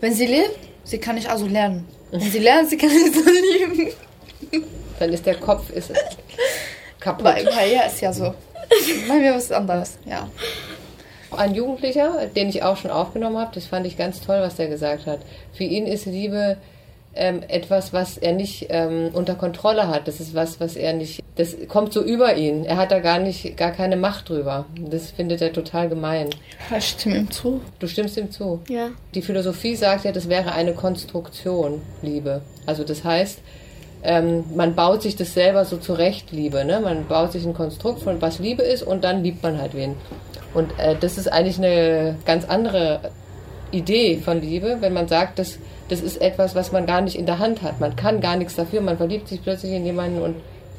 Speaker 3: Wenn sie lebt, sie kann nicht also lernen. Wenn sie lernt, sie kann nicht so lieben.
Speaker 2: Dann ist der Kopf ist kaputt.
Speaker 3: Aber im HR ist ja so. Bei mir was anderes. Ja.
Speaker 2: Ein Jugendlicher, den ich auch schon aufgenommen habe, das fand ich ganz toll, was der gesagt hat. Für ihn ist Liebe ähm, etwas, was er nicht ähm, unter Kontrolle hat. Das ist was, was er nicht. Das kommt so über ihn. Er hat da gar nicht, gar keine Macht drüber. Das findet er total gemein.
Speaker 3: Ich stimme ihm zu.
Speaker 2: Du stimmst ihm zu.
Speaker 4: Ja.
Speaker 2: Die Philosophie sagt ja, das wäre eine Konstruktion, Liebe. Also das heißt, ähm, man baut sich das selber so zurecht, Liebe. Ne? Man baut sich ein Konstrukt von was Liebe ist und dann liebt man halt wen. Und äh, das ist eigentlich eine ganz andere Idee von Liebe, wenn man sagt, das, das ist etwas, was man gar nicht in der Hand hat. Man kann gar nichts dafür, man verliebt sich plötzlich in jemanden und,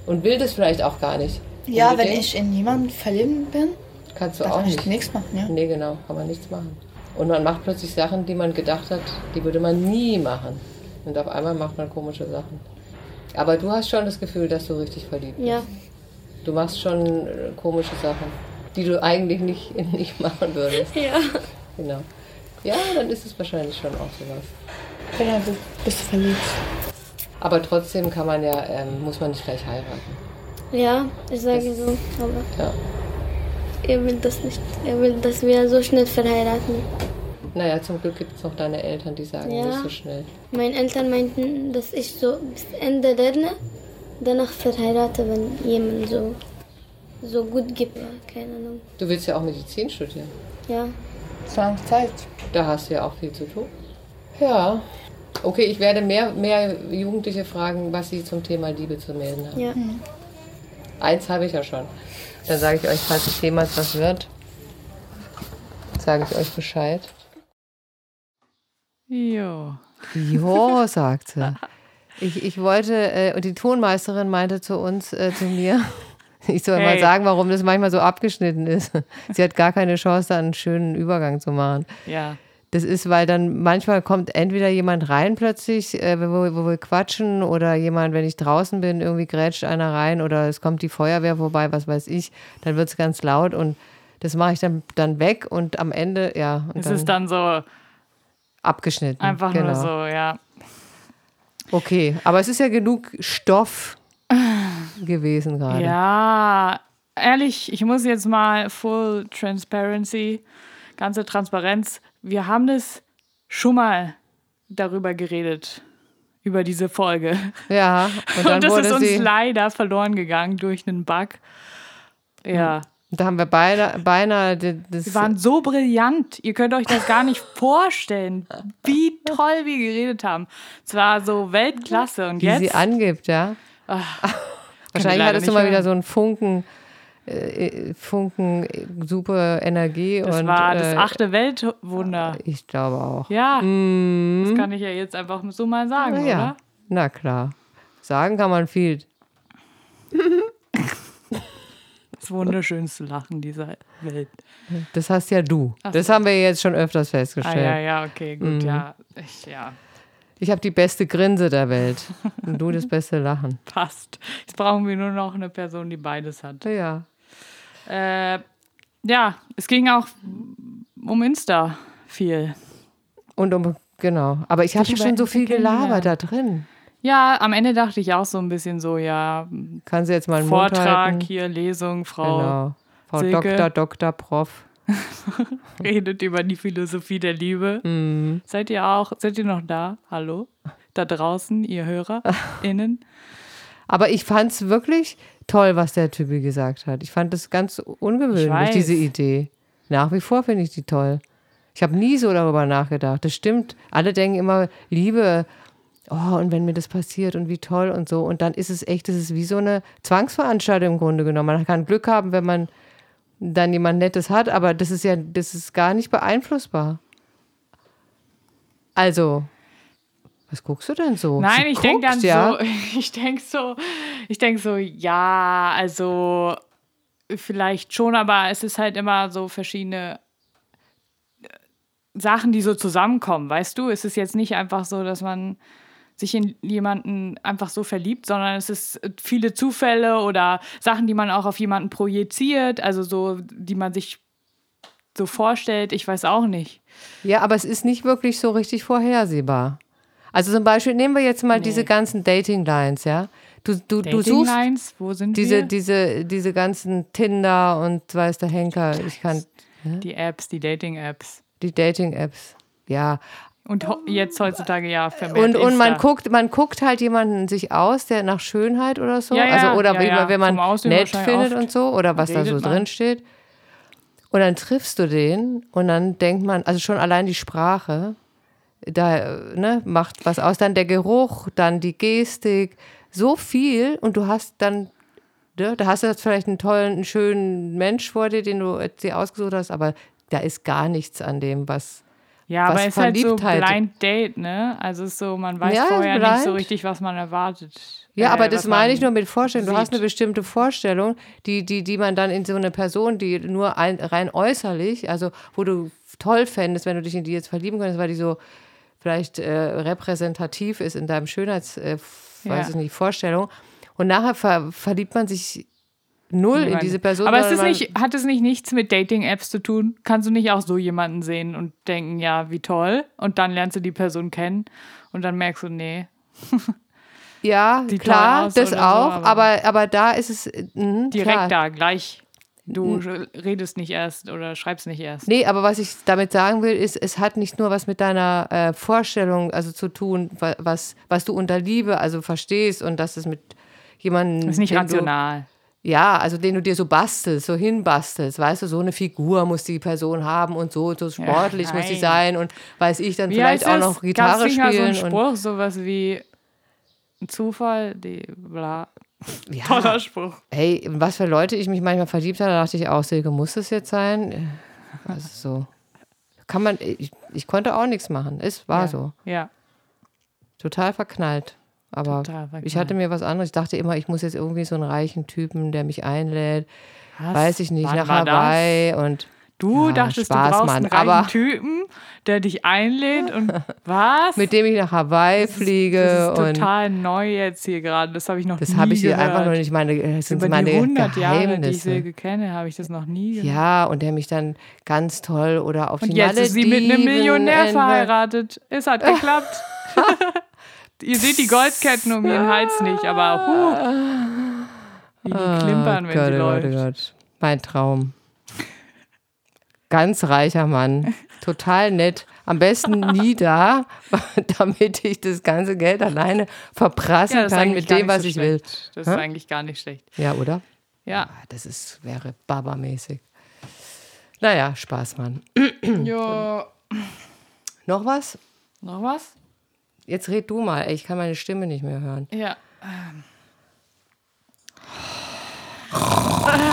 Speaker 2: und will das vielleicht auch gar nicht.
Speaker 3: Ja, wenn
Speaker 2: Unbedingt.
Speaker 3: ich in jemanden verliebt bin,
Speaker 2: Kannst du
Speaker 3: dann
Speaker 2: auch
Speaker 3: kann ich
Speaker 2: nicht.
Speaker 3: nichts machen. Ja.
Speaker 2: Nee, genau, kann man nichts machen. Und man macht plötzlich Sachen, die man gedacht hat, die würde man nie machen. Und auf einmal macht man komische Sachen. Aber du hast schon das Gefühl, dass du richtig verliebt bist.
Speaker 4: Ja,
Speaker 2: Du machst schon äh, komische Sachen, die du eigentlich nicht, nicht machen würdest.
Speaker 4: ja.
Speaker 2: Genau. Ja, dann ist es wahrscheinlich schon auch sowas.
Speaker 3: Genau, du bist verliebt.
Speaker 2: Aber trotzdem kann man ja, ähm, muss man nicht gleich heiraten.
Speaker 4: Ja, ich sage so. Aber
Speaker 2: Ja.
Speaker 4: er will das nicht. Er will, dass wir so schnell verheiraten.
Speaker 2: Naja, zum Glück gibt es noch deine Eltern, die sagen
Speaker 4: Ja.
Speaker 2: nicht so schnell.
Speaker 4: Meine Eltern meinten, dass ich so bis Ende lerne, danach verheirate, wenn jemand so, so gut gibt. Ja, keine Ahnung.
Speaker 2: Du willst ja auch Medizin studieren.
Speaker 4: Ja,
Speaker 3: So lange Zeit.
Speaker 2: Da hast du ja auch viel zu tun. Ja. Okay, ich werde mehr, mehr Jugendliche fragen, was sie zum Thema Liebe zu melden haben.
Speaker 4: ja.
Speaker 2: Eins habe ich ja schon. Dann sage ich euch, falls es jemals was wird, sage ich euch Bescheid.
Speaker 1: Jo.
Speaker 2: Jo, sagte. Ich, ich wollte, äh, und die Tonmeisterin meinte zu uns, äh, zu mir, ich soll mal
Speaker 1: Hey.
Speaker 2: sagen, warum das manchmal so abgeschnitten ist. Sie hat gar keine Chance, da einen schönen Übergang zu machen.
Speaker 1: Ja.
Speaker 2: Das ist, weil dann manchmal kommt entweder jemand rein plötzlich, äh, wo, wo wir quatschen, oder jemand, wenn ich draußen bin, irgendwie grätscht einer rein, oder es kommt die Feuerwehr vorbei, was weiß ich. Dann wird es ganz laut und das mache ich dann, dann weg und am Ende, ja, und
Speaker 1: Es
Speaker 2: dann
Speaker 1: ist dann so
Speaker 2: abgeschnitten.
Speaker 1: einfach
Speaker 2: genau.
Speaker 1: nur so, ja.
Speaker 2: Okay, aber es ist ja genug Stoff gewesen gerade.
Speaker 1: Ja, ehrlich, ich muss jetzt mal Full Transparency, ganze Transparenz. Wir haben das schon mal darüber geredet, über diese Folge.
Speaker 2: Ja, und dann
Speaker 1: Und das
Speaker 2: wurde
Speaker 1: ist uns
Speaker 2: sie,
Speaker 1: leider verloren gegangen durch einen Bug. Ja.
Speaker 2: da haben wir beide, beinahe de- das,
Speaker 1: Wir waren so brillant. Ihr könnt euch das gar nicht vorstellen, wie toll wir geredet haben. Es war so Weltklasse. Und
Speaker 2: die
Speaker 1: jetzt. Ah,
Speaker 2: sie angibt, ja. Wahrscheinlich
Speaker 1: leider
Speaker 2: hattest du
Speaker 1: nicht
Speaker 2: mal
Speaker 1: hören.
Speaker 2: wieder so einen Funken, äh, Funken, äh, super Energie
Speaker 1: das
Speaker 2: und
Speaker 1: war das
Speaker 2: äh,
Speaker 1: achte Weltwunder.
Speaker 2: ich glaube auch.
Speaker 1: Ja. Das kann ich ja jetzt einfach so mal sagen,
Speaker 2: Na
Speaker 1: oder?
Speaker 2: Mhm. ja, na klar. Sagen kann man viel.
Speaker 1: Das wunderschönste Lachen dieser Welt.
Speaker 2: Das hast ja du. das haben wir jetzt schon öfters
Speaker 1: Ah,
Speaker 2: festgestellt.
Speaker 1: ja, ja, okay, gut, ja. Ich, ja,
Speaker 2: Ich habe die beste Grinse der Welt und du das beste Lachen.
Speaker 1: passt. Jetzt brauchen wir nur noch eine Person, die beides hat.
Speaker 2: Ja.
Speaker 1: Äh, ja, es ging auch um Insta viel.
Speaker 2: Und um, genau. Aber ich habe
Speaker 1: Dich über
Speaker 2: schon so viel
Speaker 1: Instagram
Speaker 2: gelabert da drin.
Speaker 1: Ja, am Ende dachte ich auch so ein bisschen so, ja,
Speaker 2: Kannst du jetzt mal einen Mund
Speaker 1: Vortrag,
Speaker 2: halten?
Speaker 1: hier Lesung, Frau
Speaker 2: Genau. Frau
Speaker 1: Silke.
Speaker 2: Doktor, Doktor, Prof.
Speaker 1: redet über die Philosophie der Liebe. Seid ihr auch, seid ihr noch da? Hallo? Da draußen, ihr Hörer, innen.
Speaker 2: Aber ich fand es wirklich toll, was der Typi gesagt hat. Ich fand es ganz ungewöhnlich,
Speaker 1: weiß.
Speaker 2: diese Idee. Nach wie vor finde ich die toll. Ich habe nie so darüber nachgedacht. Das stimmt. Alle denken immer, Liebe, oh, und wenn mir das passiert und wie toll und so. Und dann ist es echt, es ist wie so eine Zwangsveranstaltung im Grunde genommen. Man kann Glück haben, wenn man dann jemand Nettes hat, aber das ist ja, das ist gar nicht beeinflussbar. Also, was guckst du denn so?
Speaker 1: Nein,
Speaker 2: Sie
Speaker 1: ich denke dann
Speaker 2: guckt, ja.
Speaker 1: so, ich denke so, ich denke so, ja, also vielleicht schon, aber es ist halt immer so verschiedene äh, Sachen, die so zusammenkommen, weißt du? Es ist jetzt nicht einfach so, dass man sich in jemanden einfach so verliebt, sondern es ist äh, viele Zufälle oder Sachen, die man auch auf jemanden projiziert, also so, die man sich so vorstellt, ich weiß auch nicht.
Speaker 2: Ja, aber es ist nicht wirklich so richtig vorhersehbar. Also zum Beispiel nehmen wir jetzt mal diese ganzen Dating-Lines, ja. Du, du, du
Speaker 1: Dating
Speaker 2: suchst
Speaker 1: Lines, wo sind
Speaker 2: diese,
Speaker 1: wir?
Speaker 2: diese, diese ganzen Tinder und weiß der Henker, ich kann
Speaker 1: die Apps, die Dating-Apps.
Speaker 2: die Dating-Apps. Ja.
Speaker 1: Und ho- jetzt heutzutage ja vermehrt.
Speaker 2: Ähm, Und, und man
Speaker 1: Insta.
Speaker 2: guckt, man guckt halt jemanden sich aus, der nach Schönheit oder so.
Speaker 1: Ja, ja,
Speaker 2: also oder
Speaker 1: ja,
Speaker 2: wie
Speaker 1: ja.
Speaker 2: man- wenn man
Speaker 1: Vom Aussehen
Speaker 2: nett
Speaker 1: wahrscheinlich
Speaker 2: findet
Speaker 1: oft.
Speaker 2: und so, oder was da so
Speaker 1: Redet man.
Speaker 2: drin steht. Und dann triffst du den und dann denkt man, also schon allein die Sprache, da äh, ne, macht was aus. Dann der Geruch, dann die Gestik, so viel und du hast dann, ne, da hast du jetzt vielleicht einen tollen, einen schönen Mensch vor dir, den du äh, dir ausgesucht hast, aber da ist gar nichts an dem, was.
Speaker 1: Ja,
Speaker 2: Was
Speaker 1: aber ist halt so
Speaker 2: Verliebtheit-
Speaker 1: Blind Date, ne? Also ist so, man weiß
Speaker 2: Ja, ist
Speaker 1: vorher nicht so
Speaker 2: blind.
Speaker 1: richtig, was man erwartet.
Speaker 2: Ja,
Speaker 1: Äh,
Speaker 2: aber das
Speaker 1: was
Speaker 2: meine ich
Speaker 1: man-
Speaker 2: nur mit Vorstellung. Du hast
Speaker 1: sieht.
Speaker 2: eine bestimmte Vorstellung, die, die, die man dann in so eine Person, die nur ein, rein äußerlich, also wo du toll fändest, wenn du dich in die jetzt verlieben könntest, weil die so vielleicht äh, repräsentativ ist in deinem Schönheits, äh, f-
Speaker 1: Ja.
Speaker 2: weiß ich nicht, Vorstellung. Und nachher ver, verliebt man sich null in
Speaker 1: Niemand.
Speaker 2: diese Person.
Speaker 1: Aber ist
Speaker 2: sondern
Speaker 1: es
Speaker 2: man-
Speaker 1: nicht, hat es nicht nichts mit Dating-Apps zu tun? Kannst du nicht auch so jemanden sehen und denken, ja, wie toll? Und dann lernst du die Person kennen und dann merkst du, nee.
Speaker 2: Ja,
Speaker 1: die
Speaker 2: klar,
Speaker 1: Tornos oder
Speaker 2: das
Speaker 1: so,
Speaker 2: auch.
Speaker 1: aber-
Speaker 2: aber, aber da ist es äh, mh,
Speaker 1: Direkt
Speaker 2: klar.
Speaker 1: da, gleich. Du redest nicht erst oder schreibst nicht erst.
Speaker 2: Nee, aber was ich damit sagen will, ist, es hat nicht nur was mit deiner äh, Vorstellung also zu tun, wa- was, was du unter Liebe also verstehst und dass es mit jemandem.
Speaker 1: Ist nicht
Speaker 2: den
Speaker 1: rational.
Speaker 2: Du, ja, also den du dir so bastelst, so hinbastelst, weißt du, so eine Figur muss die Person haben und so, und so sportlich muss sie
Speaker 1: nein.
Speaker 2: sein und weiß ich dann
Speaker 1: Wie
Speaker 2: vielleicht
Speaker 1: heißt
Speaker 2: auch
Speaker 1: es?
Speaker 2: noch Gitarre
Speaker 1: Gab's nicht mal
Speaker 2: spielen.
Speaker 1: so einen Spruch, sowas wie ein Zufall, die bla.
Speaker 2: und, ja,
Speaker 1: Toller Spruch.
Speaker 2: hey, in was für Leute ich mich manchmal verliebt habe, da dachte ich auch, Silke, muss das jetzt sein? Also so. Kann man, ich, ich konnte auch nichts machen. Es war
Speaker 1: ja.
Speaker 2: Ah, so.
Speaker 1: Ja.
Speaker 2: total verknallt. Aber
Speaker 1: Total verknallt.
Speaker 2: ich hatte mir was anderes. Ich dachte immer, ich muss jetzt irgendwie so einen reichen Typen, der mich einlädt,
Speaker 1: Was?
Speaker 2: weiß ich nicht,
Speaker 1: Wann
Speaker 2: nach
Speaker 1: war das?
Speaker 2: Hawaii und
Speaker 1: Du
Speaker 2: Ja,
Speaker 1: dachtest,
Speaker 2: Spaß,
Speaker 1: du brauchst
Speaker 2: Mann,
Speaker 1: einen reichen
Speaker 2: aber-
Speaker 1: Typen, der dich einlädt und was?
Speaker 2: mit dem ich nach Hawaii fliege
Speaker 1: das ist
Speaker 2: und
Speaker 1: total neu jetzt hier gerade. Das habe ich noch
Speaker 2: das
Speaker 1: nie
Speaker 2: habe ich dir
Speaker 1: gehört.
Speaker 2: einfach noch nicht meine, äh, das sind
Speaker 1: Über
Speaker 2: meine
Speaker 1: die 100 Jahre, die ich
Speaker 2: Geheimnisse.
Speaker 1: Silke kenne, habe ich das noch nie gehört.
Speaker 2: ja, und der mich dann ganz toll oder auf
Speaker 1: Und
Speaker 2: die
Speaker 1: jetzt ist sie mit einem
Speaker 2: Malediven
Speaker 1: Millionär
Speaker 2: entwe-
Speaker 1: verheiratet. Es hat geklappt. Ihr seht die Goldketten um ihren Hals nicht, aber huh, wie die klimpern, wenn
Speaker 2: Gott,
Speaker 1: sie
Speaker 2: oh Gott,
Speaker 1: läuft.
Speaker 2: oh Gott. Mein Traum. Ganz reicher Mann. Total nett. Am besten nie da, damit ich das ganze Geld alleine verprassen
Speaker 1: Ja, das ist
Speaker 2: kann
Speaker 1: eigentlich
Speaker 2: mit
Speaker 1: gar
Speaker 2: dem,
Speaker 1: nicht
Speaker 2: was
Speaker 1: so
Speaker 2: ich
Speaker 1: schlecht.
Speaker 2: will.
Speaker 1: Das ist eigentlich gar nicht schlecht.
Speaker 2: Ja, oder? Ah,
Speaker 1: Ja.
Speaker 2: Das ist, wäre babamäßig. Naja, Spaß, Mann. Hm.
Speaker 1: Jo.
Speaker 2: Noch was?
Speaker 1: Noch was?
Speaker 2: Jetzt red du mal. Ey, ich kann meine Stimme nicht mehr hören.
Speaker 1: Ja. ähm.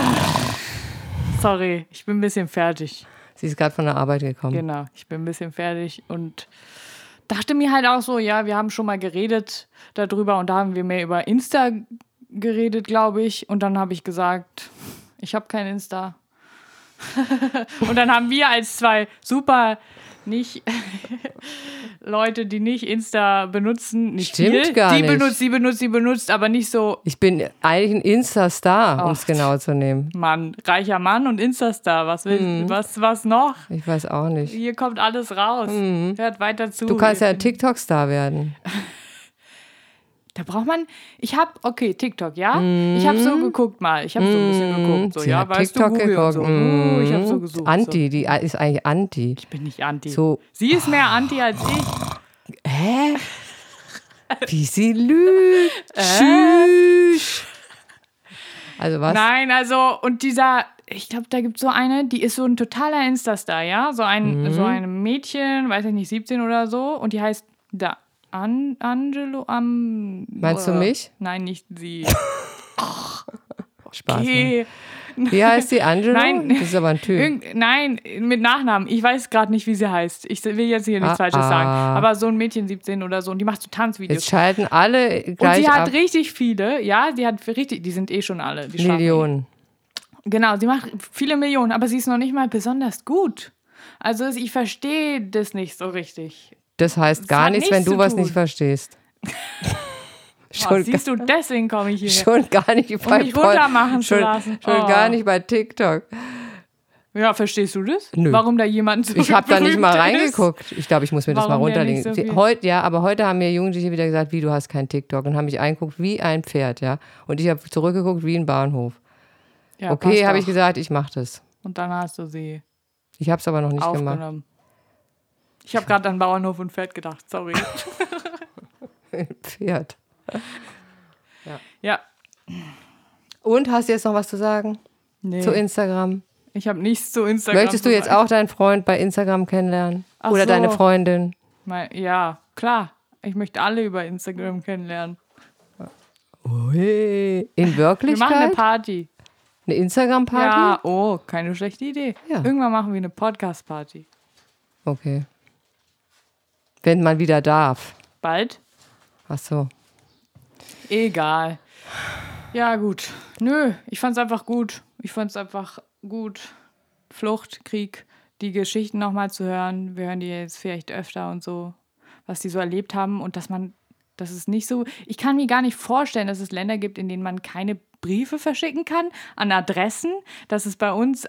Speaker 2: Ah.
Speaker 1: Sorry, ich bin ein bisschen fertig.
Speaker 2: Sie ist gerade von der Arbeit gekommen.
Speaker 1: Genau, ich bin ein bisschen fertig und dachte mir halt auch so, ja, wir haben schon mal geredet darüber und da haben wir mehr über Insta geredet, glaube ich. Und dann habe ich gesagt, ich habe kein Insta. und dann haben wir als zwei super nicht Leute, die nicht Insta benutzen, nicht
Speaker 2: Stimmt
Speaker 1: viel.
Speaker 2: gar
Speaker 1: die
Speaker 2: nicht.
Speaker 1: benutzt, die benutzt, die benutzt, aber nicht so
Speaker 2: Ich bin eigentlich ein Insta-Star, um es
Speaker 1: Ach.
Speaker 2: genau zu nehmen.
Speaker 1: Mann, reicher Mann und Instastar. Was will,
Speaker 2: Hm.
Speaker 1: was, was noch?
Speaker 2: Ich weiß auch nicht.
Speaker 1: Hier kommt alles raus. Hört weiter zu.
Speaker 2: Hm. Du kannst ja
Speaker 1: Wir
Speaker 2: ein TikTok-Star werden.
Speaker 1: Da braucht man, ich habe, okay, TikTok, ja? Ich habe
Speaker 2: Mhm.
Speaker 1: so geguckt mal. Ich habe so ein bisschen geguckt. So,
Speaker 2: Sie
Speaker 1: ja,
Speaker 2: hat
Speaker 1: weißt du, Google und so. Uh, ich habe so gesucht. So.
Speaker 2: Mhm. Anti, die ist eigentlich Anti.
Speaker 1: Ich bin nicht anti.
Speaker 2: So.
Speaker 1: Sie ist mehr anti als ich.
Speaker 2: Hä? Wie sie lügt. Tschüss. Also was?
Speaker 1: Nein, also, und dieser, ich glaube, da gibt es so eine, die ist so ein totaler Instastar, ja? So ein,
Speaker 2: Mhm.
Speaker 1: so ein Mädchen, weiß ich nicht, 17 oder so. Und die heißt da An Angelo am.
Speaker 2: Meinst du mich?
Speaker 1: Nein, nicht sie.
Speaker 2: Spaß. ne?
Speaker 1: Okay.
Speaker 2: Wie heißt sie? Angelo?
Speaker 1: Nein.
Speaker 2: Das ist aber ein Typ.
Speaker 1: Irgend, nein, mit Nachnamen. Ich weiß gerade nicht, wie sie heißt. Ich will jetzt hier nichts
Speaker 2: Ah,
Speaker 1: Falsches
Speaker 2: ah.
Speaker 1: sagen. Aber so ein Mädchen 17 oder so und die macht so Tanzvideos.
Speaker 2: Jetzt schalten alle
Speaker 1: und
Speaker 2: gleich
Speaker 1: sie hat
Speaker 2: ab.
Speaker 1: richtig viele, ja, die hat richtig, die sind eh schon alle. Die schlafen eh.
Speaker 2: Millionen.
Speaker 1: Genau, sie macht viele Millionen, aber sie ist noch nicht mal besonders gut. Also es- ich verstehe das nicht so richtig.
Speaker 2: Das heißt gar
Speaker 1: hat
Speaker 2: nichts,
Speaker 1: nichts
Speaker 2: wenn du
Speaker 1: zu
Speaker 2: was
Speaker 1: tun.
Speaker 2: nicht verstehst.
Speaker 1: Oh,
Speaker 2: Schon
Speaker 1: siehst du, deswegen komme ich hierher.
Speaker 2: Schon gar nicht bei
Speaker 1: mich
Speaker 2: Pod-
Speaker 1: runtermachen zu
Speaker 2: schon,
Speaker 1: lassen.
Speaker 2: Schon
Speaker 1: Oh.
Speaker 2: gar nicht bei TikTok.
Speaker 1: Ja, verstehst du das?
Speaker 2: Nö.
Speaker 1: Warum da jemand so
Speaker 2: Ich habe da nicht mal
Speaker 1: berühmt ist?
Speaker 2: reingeguckt. Ich glaube, ich muss mir das mal
Speaker 1: Warum denn
Speaker 2: runterlegen.
Speaker 1: nicht so
Speaker 2: Sie-
Speaker 1: viel?
Speaker 2: heute, ja, aber heute haben mir Jugendliche wieder gesagt, wie du hast kein TikTok und haben mich eingeguckt wie ein Pferd, ja. Und ich habe zurückgeguckt wie ein Bahnhof.
Speaker 1: Ja,
Speaker 2: okay,
Speaker 1: passt
Speaker 2: habe ich
Speaker 1: doch.
Speaker 2: gesagt, ich mache das.
Speaker 1: Und dann hast du sie
Speaker 2: Ich habe es aber noch nicht gemacht.
Speaker 1: aufgenommen. Ich habe gerade an Bauernhof und Pferd gedacht, sorry.
Speaker 2: Pferd.
Speaker 1: ja,
Speaker 2: Und hast du jetzt noch was zu sagen
Speaker 1: nee.
Speaker 2: zu Instagram?
Speaker 1: Ich habe nichts zu Instagram.
Speaker 2: Möchtest du
Speaker 1: zu
Speaker 2: jetzt
Speaker 1: sagen.
Speaker 2: auch deinen Freund bei Instagram kennenlernen?
Speaker 1: Ach
Speaker 2: Oder
Speaker 1: so.
Speaker 2: deine Freundin?
Speaker 1: Mal, ja, klar. Ich möchte alle über Instagram kennenlernen.
Speaker 2: Ui. In
Speaker 1: Wir machen eine
Speaker 2: Wirklichkeit? Eine,
Speaker 1: Party.
Speaker 2: Instagram-Party?
Speaker 1: Ja, oh, keine schlechte Idee.
Speaker 2: Ja.
Speaker 1: Irgendwann machen wir eine Podcast-Party.
Speaker 2: Okay. Wenn man wieder darf.
Speaker 1: Bald?
Speaker 2: Ach so.
Speaker 1: Egal. Ja, gut. Nö, ich fand's einfach gut. Ich fand's einfach gut. Flucht, Krieg, die Geschichten nochmal zu hören. Wir hören die jetzt vielleicht öfter und so, was die so erlebt haben und dass man, dass es nicht so. Ich kann mir gar nicht vorstellen, dass es Länder gibt, in denen man keine Briefe verschicken kann an Adressen. Dass es bei uns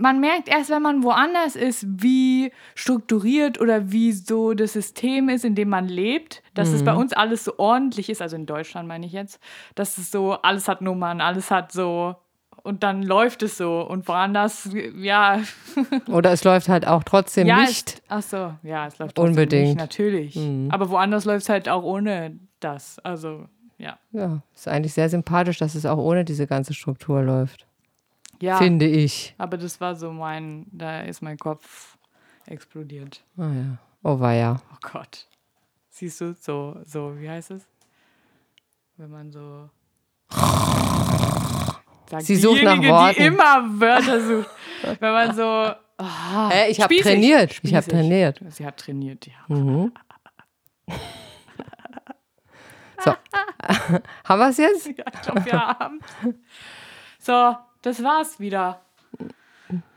Speaker 1: man merkt erst, wenn man woanders ist, wie strukturiert oder wie so das System ist, in dem man lebt, dass es bei
Speaker 2: Mhm.
Speaker 1: uns alles so ordentlich ist, also in Deutschland meine ich jetzt, dass es so, alles hat Nummern, alles hat so und dann läuft es so und woanders, ja,
Speaker 2: Oder es läuft halt auch trotzdem
Speaker 1: ja,
Speaker 2: nicht.
Speaker 1: Es, ach so, ja, es läuft trotzdem
Speaker 2: Unbedingt. Mhm.
Speaker 1: nicht, natürlich, aber woanders läuft es halt auch ohne das, also ja,
Speaker 2: Ja, ist eigentlich sehr sympathisch, dass es auch ohne diese ganze Struktur läuft.
Speaker 1: ja,
Speaker 2: Finde ich.
Speaker 1: aber das war so mein, da ist mein Kopf explodiert.
Speaker 2: Ah ja. Oh weia.
Speaker 1: Oh Gott. Siehst du, so, so, wie heißt es? Wenn man so. Sagt
Speaker 2: Sie sucht nach
Speaker 1: diejenige,
Speaker 2: Worten.
Speaker 1: Die immer Wörter sucht. Wenn man so. Ah,
Speaker 2: Äh, ich hab
Speaker 1: spießig,
Speaker 2: trainiert. Ich hab
Speaker 1: spießig.
Speaker 2: trainiert. Hm.
Speaker 1: Sie hat trainiert, ja.
Speaker 2: Haben wir es jetzt?
Speaker 1: ja ich glaube, wir haben. So, das war's wieder.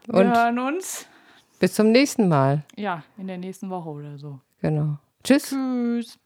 Speaker 1: Wir
Speaker 2: Und
Speaker 1: hören uns.
Speaker 2: bis zum nächsten Mal.
Speaker 1: Ja, in der nächsten Woche oder so.
Speaker 2: Genau. Tschüss.
Speaker 1: Tschüss.